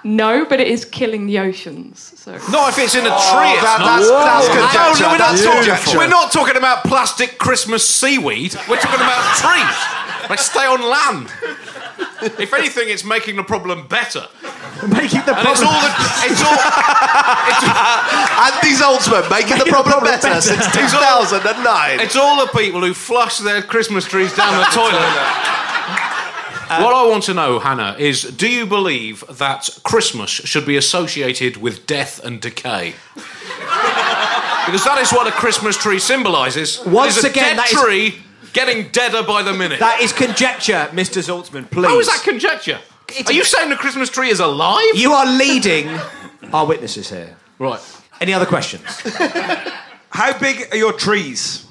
No, but it is killing the oceans. So Not if it's in a tree. Oh, it's that- not. that's- that's Whoa. good, No, Jack, no, we're not, that's talking, beautiful. we're not talking about plastic Christmas seaweed. We're talking about trees. They stay on land. If anything, it's making the problem better. Making the and it's all the it's [LAUGHS] all Andy's Oldsman making the problem better since It's all- 2009. It's all the people who flush their Christmas trees down the toilet. what I want to know, Hannah, is do you believe that Christmas should be associated with death and decay? because that is what a Christmas tree symbolises. Once It is a again, dead that is- tree getting deader by the minute. That is conjecture, Mr. Zaltzman, please. How is that conjecture? Are you saying the Christmas tree is alive? You are leading [LAUGHS] our witnesses here. Right. Any other [LAUGHS] questions? How big are your [LAUGHS] trees?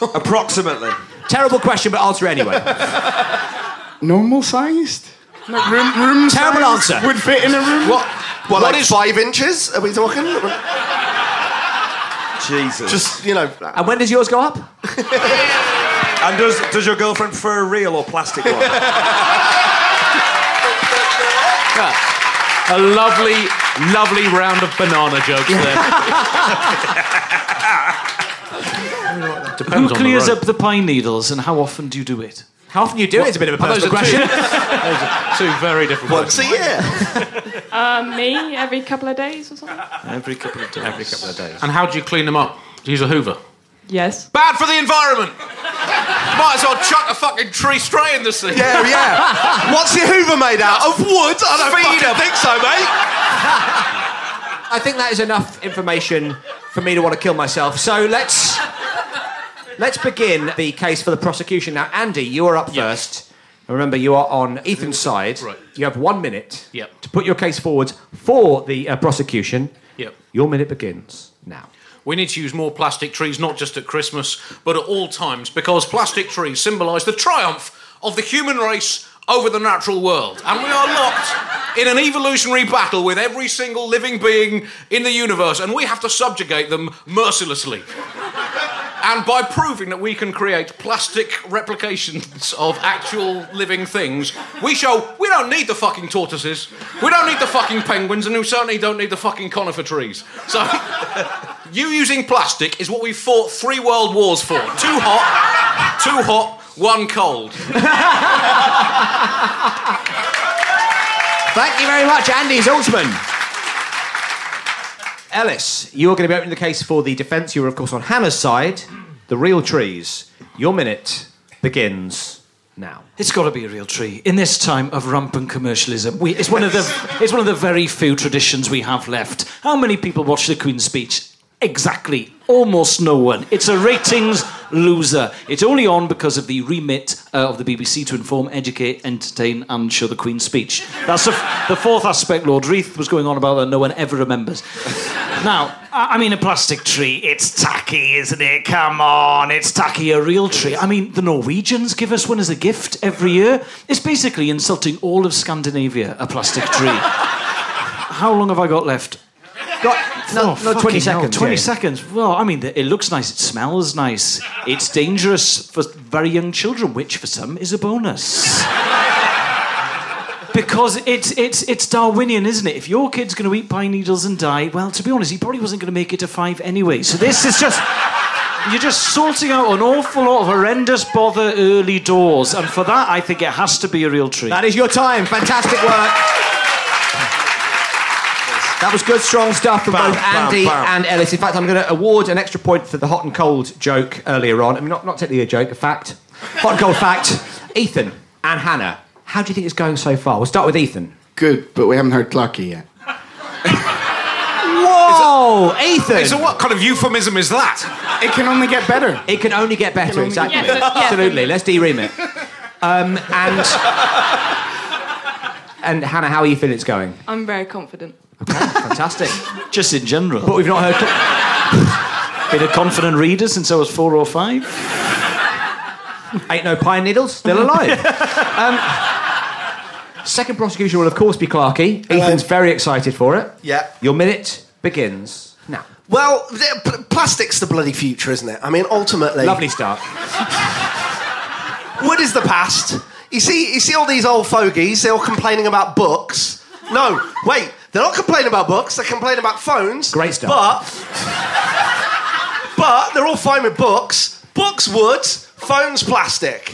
Approximately. Terrible question, but answer anyway. [LAUGHS] Normal sized? Like room, room Terrible sized answer. Would fit in a room? What? What, What like is- five inches? Are we talking? Jesus. Just, you know. And when does yours go up? [LAUGHS] And does, does your girlfriend prefer a real or plastic one? A lovely, lovely round of banana jokes [LAUGHS] there. Who Depends on the clears road. up the pine needles and how often do you do it? How often you do it is a bit of a Oh, those personal are two- question. [LAUGHS] Two very different Once a year. [LAUGHS] uh, me every couple of days or something. Every couple of days. Every couple of days. And how do you clean them up? Do you use a hoover? Yes. Bad for the [LAUGHS] environment. Might as well chuck a fucking tree straight in the sea. Yeah, [LAUGHS] yeah. What's your Hoover made out of? Wood? I don't fucking think so, mate. [LAUGHS] I think that is enough information for me to want to kill myself. So let's let's begin the case for the prosecution. Now, Andy, you are up first. And remember, you are on Ethan's side. Right. You have one minute Yep. to put your case forward for the uh, prosecution. Yep. Your minute begins now. We need to use more plastic trees, not just at Christmas, but at all times, because plastic trees symbolise the triumph of the human race over the natural world. And we are locked in an evolutionary battle with every single living being in the universe, and we have to subjugate them mercilessly. And by proving that we can create plastic replications of actual living things, we show we don't need the fucking tortoises, we don't need the fucking penguins, and we certainly don't need the fucking conifer trees. So, [LAUGHS] you using plastic is what we fought three world wars for. Two hot, two hot, one cold. Thank you very much, Andy Zaltzman. Ellis, you are going to be opening the case for the defence. You are, of course, on Hannah's side. The real trees. Your minute begins now. It's got to be a real tree. In this time of rampant commercialism, we, it's, one of the, it's one of the very few traditions we have left. How many people watch the Queen's speech? Exactly. Almost no one. It's a ratings loser. It's only on because of the remit uh, of the BBC to inform, educate, entertain, and show the Queen's speech. That's the, f- the fourth aspect Lord Reith was going on about that no one ever remembers. [LAUGHS] Now, I I mean, a plastic tree, it's tacky, isn't it? Come on, it's tacky, a real tree. I mean, the Norwegians give us one as a gift every year. It's basically insulting all of Scandinavia, a plastic tree. How long have I got left? no, oh, no, 20 Oh, fucking seconds, 20 yeah. seconds. Well, I mean, it looks nice, it smells nice. It's dangerous for very young children, which for some is a bonus. Because it's it's it's Darwinian, isn't it? If your kid's going to eat pine needles and die, well, to be honest, he probably wasn't going to make it to five anyway. So this is just you're just sorting out an awful lot of horrendous bother early doors, and for that, I think it has to be a real treat. That is your time. Fantastic work. That was good, strong stuff from Bam, both bam, Andy bam. and Ellis. In fact, I'm going to award an extra point for the hot and cold joke earlier on. I mean, not, not technically a joke, a fact. Hot and cold fact. Ethan and Hannah, how do you think it's going so far? We'll start with Ethan. Good, but we haven't heard Clarky yet. Whoa, Ethan! It's a what kind of euphemism is that? It can only get better. It can only get better, only get exactly. better. Yes, yes. Absolutely. Let's de-ream it. Um, and and Hannah, how are you feeling it's going? I'm very confident. Fantastic. Just in general. But we've not heard. [LAUGHS] Been a confident reader since I was four or five. Ain't no pine needles, still alive. [LAUGHS] um, second prosecution will, of course, be Clarkey. Ethan's very excited for it. Yeah. Your minute begins now. Well, th- pl- plastic's the bloody future, isn't it? I mean, ultimately. Lovely start. Wood is the past. You see, you see all these old fogies. They're all complaining about books. No, wait. They're not complaining about books. They're complaining about phones. Great stuff. But, but they're all fine with books. Books wood, phones plastic.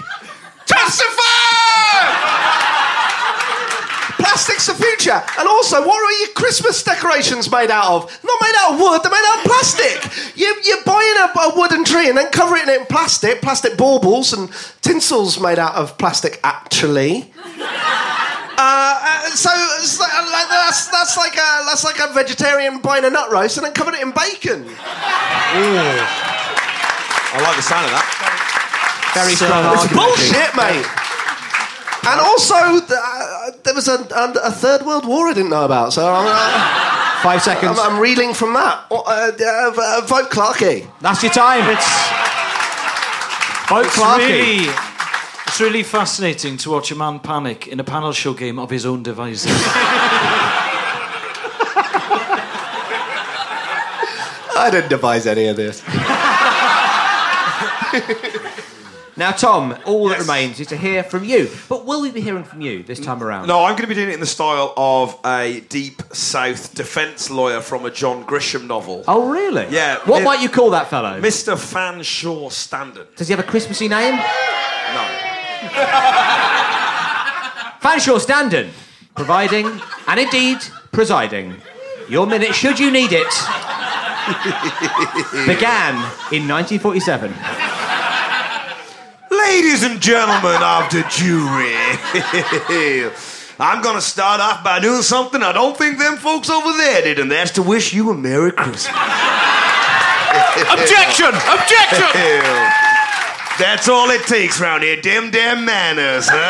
Testify! Plastic's the future. And also, what are your Christmas decorations made out of? Not made out of wood, they're made out of plastic. You, you're buying a, a wooden tree and then covering it in plastic, plastic baubles and tinsels made out of plastic, actually. Uh, uh, so, so, uh, like, that's, that's, like a, that's like a vegetarian buying a nut roast and then covering it in bacon. I like the sound of that. Very So- strong It's argument. bullshit, mate. And also, th- uh, there was a, a, a third world war I didn't know about, so I'm, uh, Five seconds. I'm, I'm reeling from that. Uh, uh, uh, vote Clarkey. That's your time. It's vote It's Clarkey. really, Oh, it's really fascinating to watch a man panic in a panel show game of his own devising. I didn't devise any of this. [LAUGHS] Now, Tom, all that remains is to hear from you. But will we be hearing from you this time around? No, I'm going to be doing it in the style of a deep south defence lawyer from a John Grisham novel. Oh, really? Yeah. What Mi- might you call that fellow? Mr. Fanshawe Standard. Does he have a Christmassy name? [LAUGHS] No. Fanshawe Standon, providing and indeed presiding. Your minute, should you need [LAUGHS] it, began in 1947. Ladies and gentlemen of the jury, [LAUGHS] I'm going to start off by doing something I don't think them folks over there did, and that's to wish you a Merry [LAUGHS] Christmas. Objection! Objection! [LAUGHS] That's all it takes round here. Dim damn manners, huh?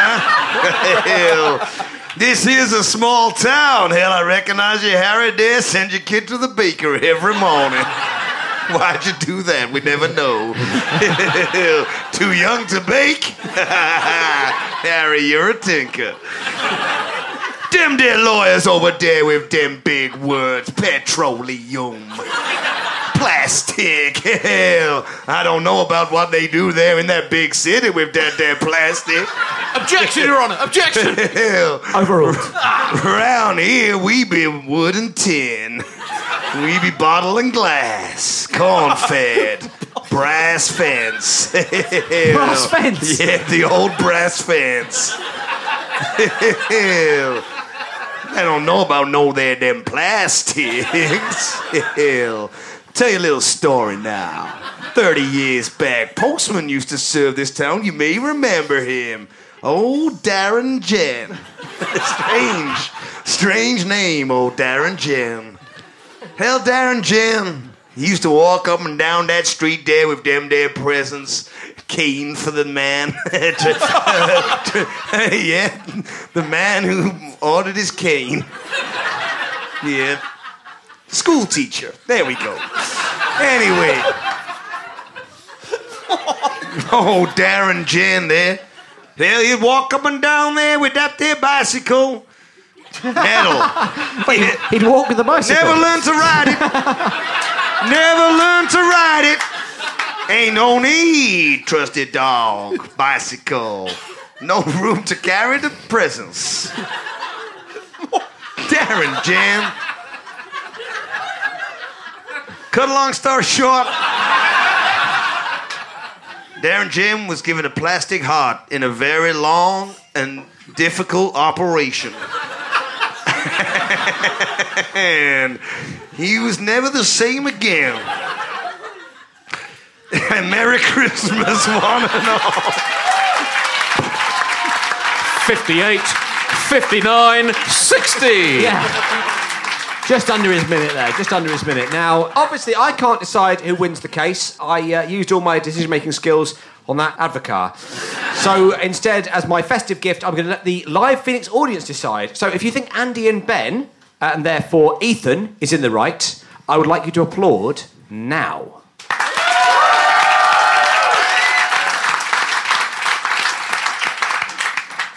[LAUGHS] this is a small town. Hell, I recognize you, Harry Dear. Send your kid to the baker every morning. [LAUGHS] Why'd you do that? We never know. [LAUGHS] Too young to bake? [LAUGHS] Harry, you're a tinker. Them there lawyers over there with them big words, petroleum. plastic. Hell, I don't know about what they do there in that big city with that there plastic. Objection, Your Honor. Objection. Hell, Overruled. Round here, we be wood and tin. We be bottle and glass, corn fed, brass fence. [LAUGHS] Brass fence? Yeah, the old brass fence. [LAUGHS] Hell, I don't know about no there them plastics. [LAUGHS] Hell, tell you a little story now. Thirty years back, Postman used to serve this town. You may remember him. Old Darren Jen. [LAUGHS] strange, strange name, old Darren Jen. Hell, Darren Jim. He used to walk up and down that street there with them there presents. Cane for the man. [LAUGHS] yeah, the man who ordered his cane. Yeah. School teacher. There we go. Anyway. Oh, Darren Jen there. Hell, he'd walk up and down there with that there bicycle. Metal. He'd, he'd walk with the bicycle. Never learned to ride it. Never learned to ride it. Ain't no need, trusted dog, bicycle. No room to carry the presents. Darren Jim. Cut a long story short. Darren Jim was given a plastic heart in a very long and difficult operation [LAUGHS] and he was never the same again. [LAUGHS] And Merry Christmas, one and all. 58, 59, 60. Just under his minute there, just under his minute. Now, obviously, I can't decide who wins the case. I uh, used all my decision making skills on that advocar. So instead, as my festive gift, I'm going to let the live Phoenix audience decide. So if you think Andy and Ben, uh, and therefore Ethan, is in the right, I would like you to applaud now.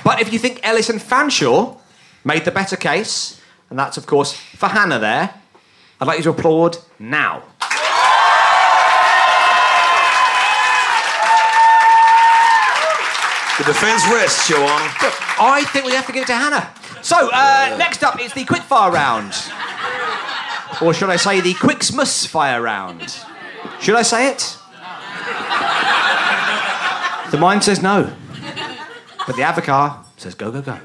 But if you think Ellis and Fanshawe made the better case, and that's of course for Hannah there, I'd like you to applaud now. The defence rests, Your Honor. I think we have to give it to Hannah. So, uh, next up is the quickfire round. Or should I say the Quicksmus fire round? Should I say it? The mind says no. But the avocar says go, go, go.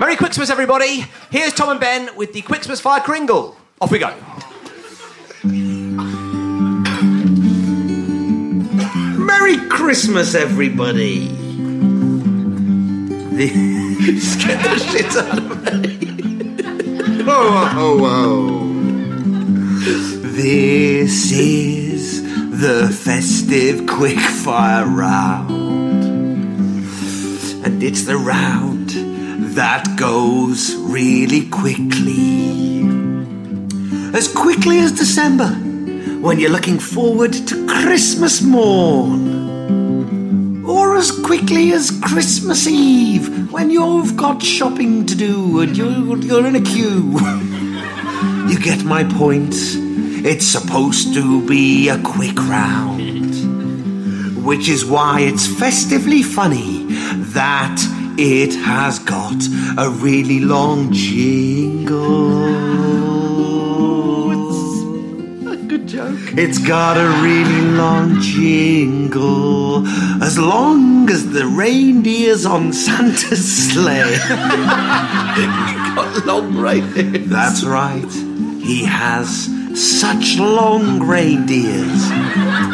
Merry Quicksmas, everybody. Here's Tom and Ben with the Quicksmas fire kringle. Off we go. Merry Christmas, everybody! The... [LAUGHS] Scared the shit out of [LAUGHS] Oh, me. whoa, whoa, whoa. This is the festive quickfire round. And it's the round that goes really quickly. As quickly as December, when you're looking forward to Christmas morn. Or as quickly as Christmas Eve, when you've got shopping to do and you're, you're in a queue. [LAUGHS] you get my point. It's supposed to be a quick round. Which is why it's festively funny that it has got a really long jingle. A good joke. It's got a really long jingle, as long as the reindeer's on Santa's [LAUGHS] sleigh. got long reindeers. That's right. He has such long reindeers.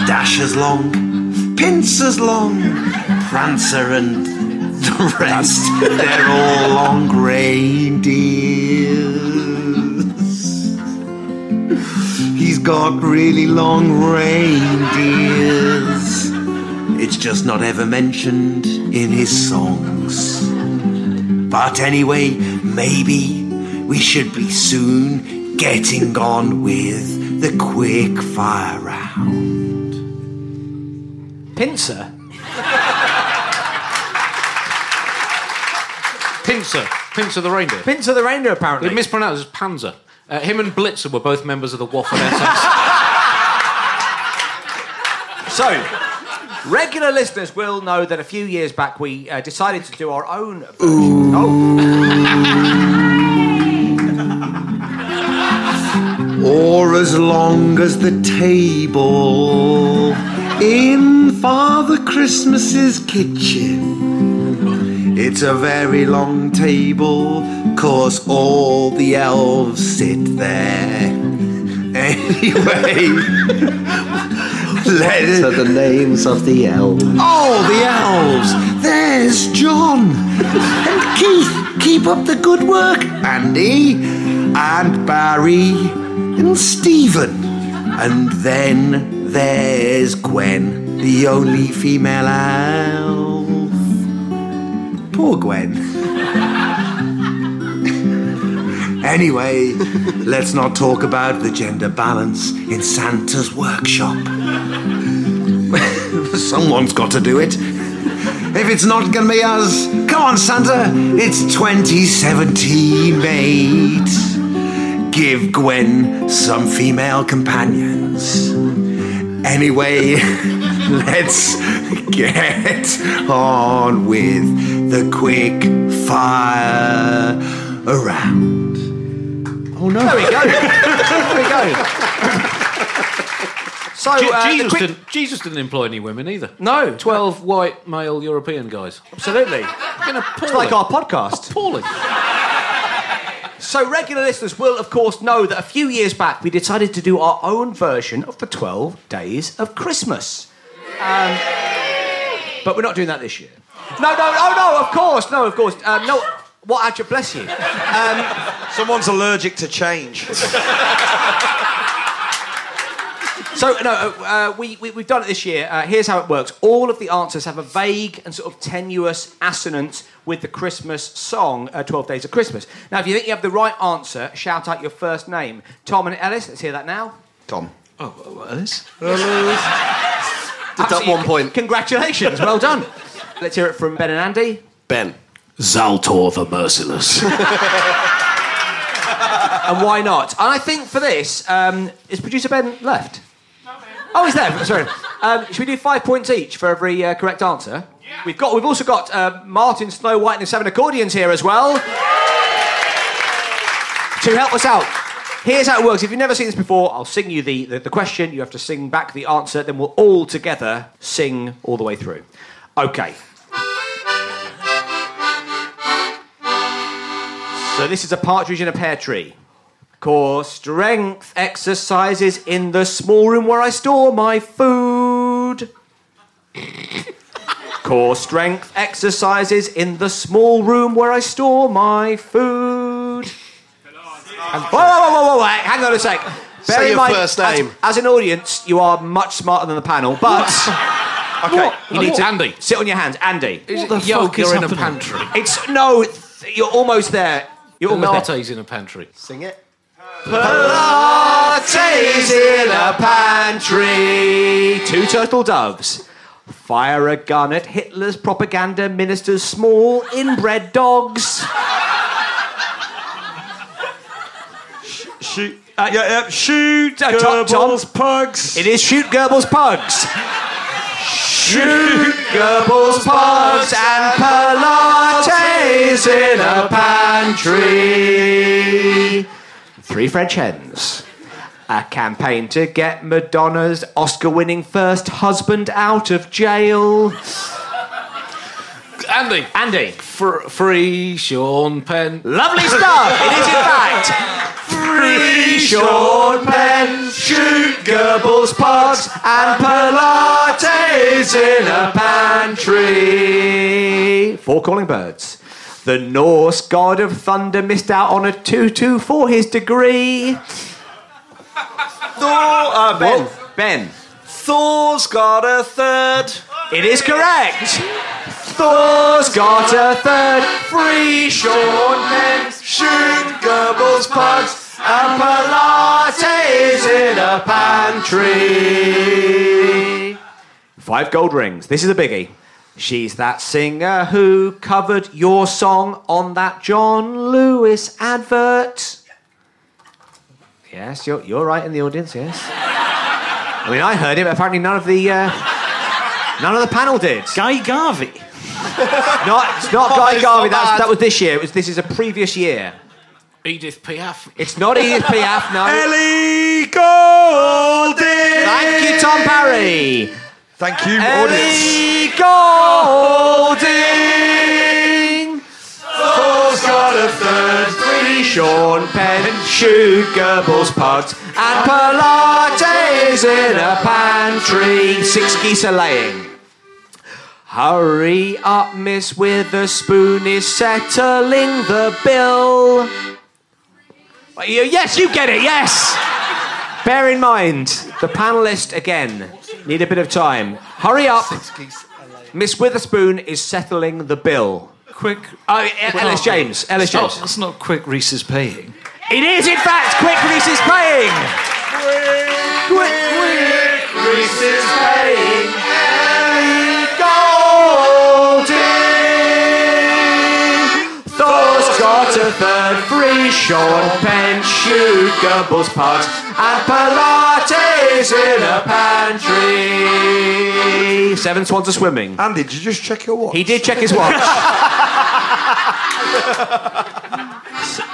Dasher's long, Pincer's long, Prancer and the [LAUGHS] rest. They're all long reindeers. He's got really long reindeers. It's just not ever mentioned in his songs. But anyway, maybe we should be soon getting on with the quick fire round. Pincer? Pincer. Pincer the reindeer. Pincer the reindeer, apparently. They mispronounced it as Panzer. Uh, him and Blitzer were both members of the Waffle SS. So, regular listeners will know that a few years back we uh, decided to do our own version. or as long as the table in Father Christmas's kitchen. It's a very long table, cause all the elves sit there. [LAUGHS] Anyway, let are the names of the elves. Oh, the elves! There's John! And Keith! Keep up the good work, Andy! And Barry! And Stephen! And then there's Gwen, the only female elf. Poor Gwen. Anyway, let's not talk about the gender balance in Santa's workshop. [LAUGHS] Someone's got to do it. If it's not gonna be us, come on, Santa, it's 2017, mate. Give Gwen some female companions. Anyway, [LAUGHS] let's get on with the quick fire around. Oh no. There we go. there [LAUGHS] we go. So, Je- uh, the Jesus, quick- didn't, Jesus didn't employ any women either. No. 12 white male European guys. Absolutely. It's like our podcast. Appalling. So, regular listeners will, of course, know that a few years back we decided to do our own version of the 12 Days of Christmas. Um, but we're not doing that this year. No, no, no, no, of course, no, of course. Um, no, what actually, bless you. Um, Someone's allergic to change. So no, uh, uh, we, we we've done it this year. Uh, here's how it works: all of the answers have a vague and sort of tenuous assonance with the Christmas song, uh, Twelve Days of Christmas. Now, if you think you have the right answer, shout out your first name, Tom and Ellis. Let's hear that now. Tom. Oh, Ellis. Did that one point. Congratulations, well done. Let's hear it from Ben and Andy. Ben. Zaltor the Merciless. and why not? And I think for this, um, is producer Ben left? Oh, he's there. Sorry. Um, should we do five points each for every uh, correct answer? We've got. We've also got uh, Martin Snow White and the Seven Accordions here as well to help us out. Here's how it works. If you've never seen this before, I'll sing you the, the, the question. You have to sing back the answer. Then we'll all together sing all the way through. Okay. So this is a partridge in a pear tree. Core strength exercises in the small room where I store my food. Core strength exercises in the small room where I store my food. And- whoa, whoa, whoa, whoa, whoa, wait, hang on a sec. Say your first as- name. As, an audience, you are much smarter than the panel, but. [LAUGHS] okay, What? you need What? to. Andy. Sit on your hands, Andy. Is What it the yoga fuck is in a happening? pantry? It's. No, th- you're almost there. You're almost there. Lattes in a [LAUGHS] pantry. Sing it. Pilates in a pantry. Two turtle doves. Fire a gun at Hitler's propaganda minister's small inbred dogs. Shoot. Uh, yeah, yeah, shoot Uh, Tom- Goebbels pugs. It is shoot Goebbels pugs. Shoot Goebbels pugs and Pilates in a pantry. Three French hens. A campaign to get Madonna's Oscar winning first husband out of jail. Andy. Andy. Fr- free Sean Penn. Lovely stuff! It is in fact. Free Sean Penn, shoot Goebbels pugs and Pilates in a pantry. Four calling birds. The Norse god of thunder missed out on a 2 2 for his degree. Thor, uh, ben. Ben. Thor's got a third. It is correct. Thor's got a third. Free Sean Penn. Shoot Goebbels pugs. And Pilates in a pantry. Five gold rings. This is a biggie. She's that singer who covered your song on that John Lewis advert. Yes, you're, you're right in the audience, yes. I mean, I heard it, but apparently none of the uh, none of the panel did. Guy Garvey. [LAUGHS] not it's not Oh, Guy it's Garvey. not That's, bad. that was this year. It was this is a previous year. [LAUGHS] Edith Piaf. It's not Edith Piaf. No. Ellie Golding. Thank you, Tom Parry. Thank you, Ellie Golding. Paul's got a third three. Sean Penn, Sugarballs Pod, and Pilates in a pantry. Six geese are laying. Hurry up, Miss Witherspoon is settling the bill. Well, you- Yes, you get it, yes! Bear in mind, the panelist again need a bit of time. Hurry up. Miss Witherspoon is settling the bill. Quick. Oh, E- Ellis James. [LAUGHS] Ellis It's not- James. That's not quick. Reese is paying. It is, in fact, Quick Reese is paying. Quick, quick, Reese is paying. Ellie Golding. Thor's got a third free. Sean Penn, Sugarballs Pod, and Pilates in a pantry. Seven swans are swimming. Andy, did you just check your watch? He did check his watch.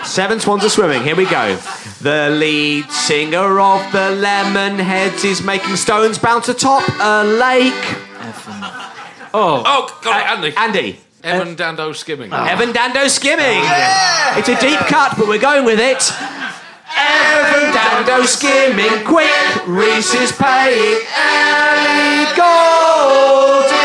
Seven Swans are Swimming. Here we go. The lead singer of the Lemonheads is making stones bounce atop a lake. Oh. Oh, God, Andy. Uh, Andy. Evan Dando skimming. Oh. Evan Dando skimming. It's a deep cut, but we're going with it. Evan Dando skimming quick. Reese is paying. Ellie Golding.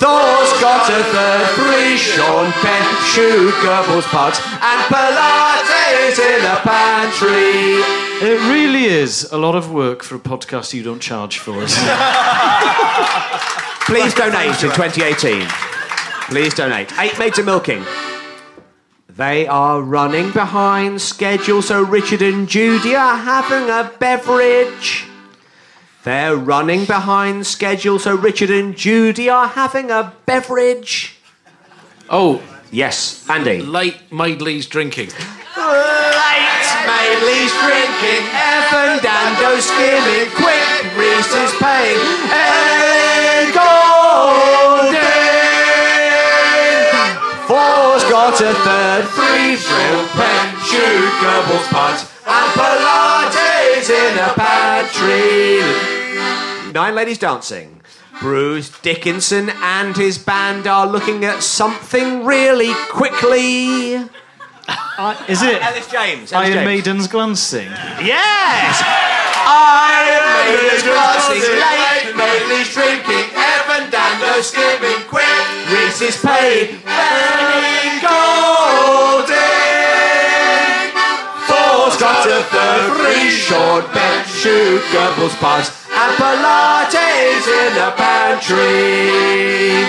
Thor's got a third three. Sean Penn, Sugarballs Pods, and Pilates in a pantry. It really is a lot of work for a podcast you don't charge for. Isn't it? Please donate in 2018. Please donate. Eight maids are milking. They are running behind schedule, so Richard and Judy are having a beverage. They're running behind schedule, so Richard and Judy are having a beverage. Oh. Yes, Andy. Late Maidley's drinking. Late Mayley's drinking, Evan Dando skimming, quick Reese is paying, Ellen Golding. Four's got a third, three frill pen, sugarballs punt, and Pilates in a pantry. Nine ladies dancing. Bruce Dickinson and his band are looking at something really quickly. Uh, is it? Ellis James. Ellis Iron James. Maiden's glancing. Yes! Iron Maiden's dancing late, Maiden's drinking, Evan Dando skimming quick, Reese is paid, Ellie Golding! Four's got a third, three short bet, Sugarballs pass, and Pilates in the pantry.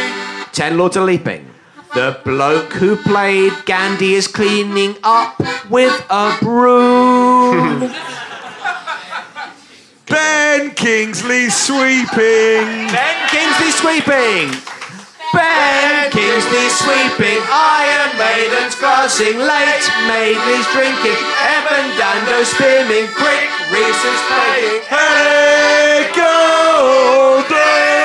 Ten Lords are leaping. The bloke who played Gandhi is cleaning up with a broom. Ben Kingsley sweeping. Ben Kingsley sweeping. Ben Kingsley sweeping. Iron Maiden's crossing. Late Maiden's drinking. Evan Dando spinning. Quick Reese is playing. Hey,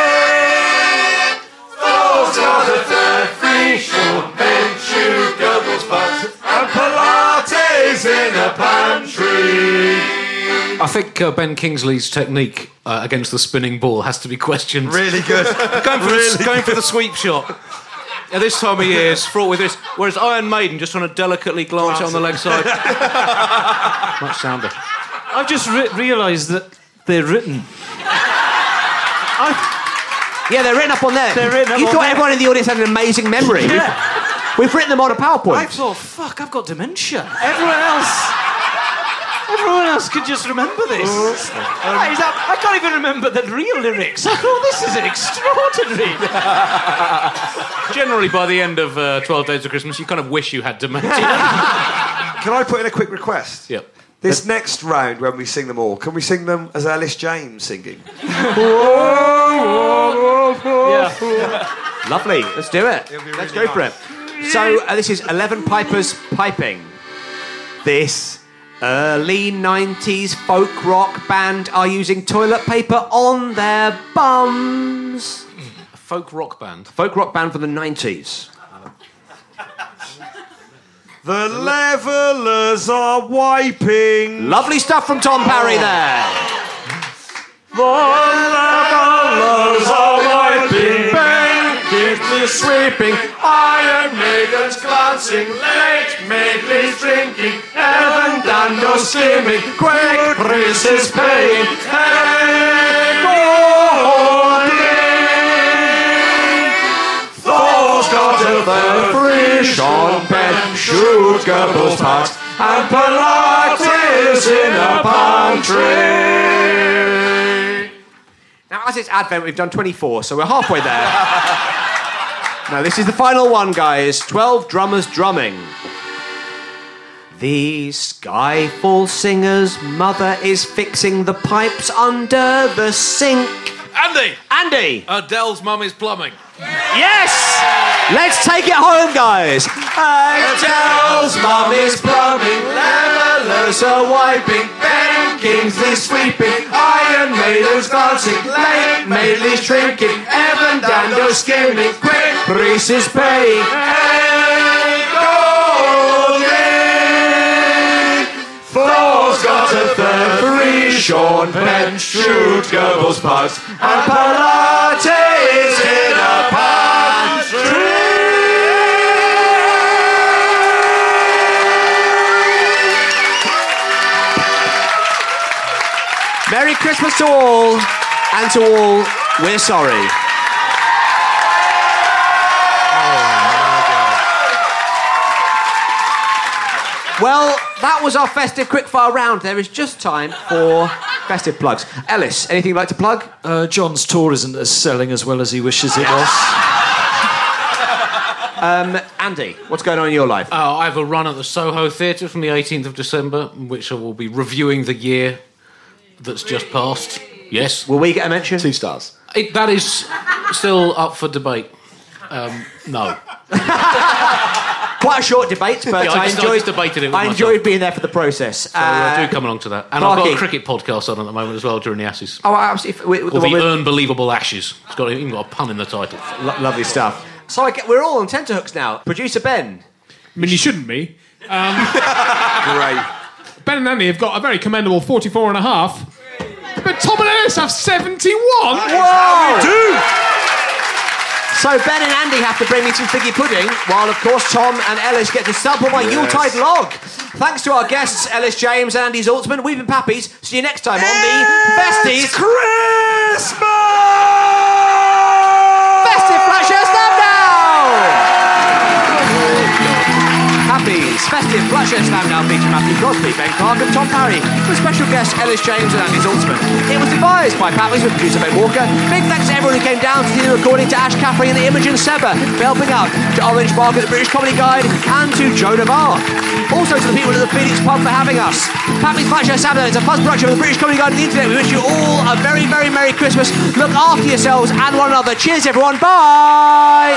Golden. Those are the third facial Ben shoe doubles butts and Pilates in a pantry. I think uh, Ben Kingsley's technique uh, against the spinning ball has to be questioned. Really good. [LAUGHS] going for, the, going for the sweep shot. At this time of year, it's fraught with this. Whereas Iron Maiden just trying to delicately glance on the leg side. Much sounder. I've just re- realised that they're written. Yeah, they're written up on there. They're written up you on thought there. everyone in the audience had an amazing memory. We've, we've written them on a PowerPoint. I thought, fuck, I've got dementia. Everyone else, everyone else could just remember this. Oh, That is ab- I can't even remember the real lyrics. I thought this is extraordinary. Generally, by the end of uh, 12 Days of Christmas, you kind of wish you had dementia. Can I put in a quick request? Yep. This next round, when we sing them all, can we sing them as Alice James singing? Lovely. Let's do it. Let's go for it. So uh, this is Eleven Pipers piping. This Early 90s folk rock band are using toilet paper on their bums. A folk rock band. Folk rock band from the 90s. The levelers are wiping. Lovely stuff from Tom Parry there. The levelers are wiping, banking, sweeping, iron maidens glancing, late maidens drinking, heaven done no skimming, quake races paying, hey, morning. Thor's got a the free on bed, shoot Goebbels past, and Pilates in a palm tree. Now, as it's Advent, we've done 24, so we're halfway there. now, this is the final one, guys 12 drummers drumming. The Skyfall singer's mother is fixing the pipes under the sink. Andy! Andy! Adele's mum is plumbing. Yes! Let's take it home, guys. Adele's mum is plumbing, levelers are wiping, Ben Kingsley's sweeping, Iron Maiden's dancing, Late Maidley's drinking, Evan Dando skimming, Quick Reese is paying. Hey, Goldie! Thor's got a third, three Sean Penn, shoot Goebbels pugs, and Pilates in a palm Merry Christmas to all, and to all, we're sorry. Well, that was our festive quickfire round. There is just time for festive plugs. Ellis, anything you'd like to plug? Uh, John's tour isn't as selling as well as he wishes it was. Um, Andy, what's going on in your life? Oh, I have a run at the Soho Theatre from the 18th of December, which I will be reviewing the year that's just passed. Yes. Will we get a mention? Two stars. It, that is still up for debate. Um, no. Quite a short debate, but Yeah, I I, just- I enjoyed just debated it with I myself. enjoyed being there for the process. So uh, Uh, do come along to that. And I've got Clarky. a cricket podcast on at the moment as well during the Ashes. Oh, I absolutely. f- we- Or the the, one with- Unbelievable Ashes. It's got, even got a pun in the title. Lo- lovely stuff. So I get, we're all on tenterhooks now. Producer Ben. I mean, you shouldn't be. Um, Great. Ben and Andy have got a very commendable 44 and a half. But Tom and Ellis have 71. Whoa! So Ben and Andy have to bring me some figgy pudding, while of course Tom and Ellis get to sample my Yes. Yuletide log. Thanks to our guests, Ellis James and Andy Zaltzman. We've been Pappies. See you next time on the Besties Christmas! Festive Flashers Pappies, Festive Flashers Landau featuring Matthew Crosby, Ben Clark and Tom Parry, with special guests Ellis James and Andy Zaltzman. It was devised by Pappies with producer Ben Walker. Big thanks to everyone who came down to see the recording to Ash Caffrey and Imogen Seba for helping out, to Orange Barker, the British Comedy Guide, and to Joan of Arc. Also to the people at the Phoenix Pub for having us. Pappies Flashers Landau is a fuzz production of the British Comedy Guide and the Internet. We wish you all a very, very Merry Christmas. Look after yourselves and one another. Cheers, everyone. Bye.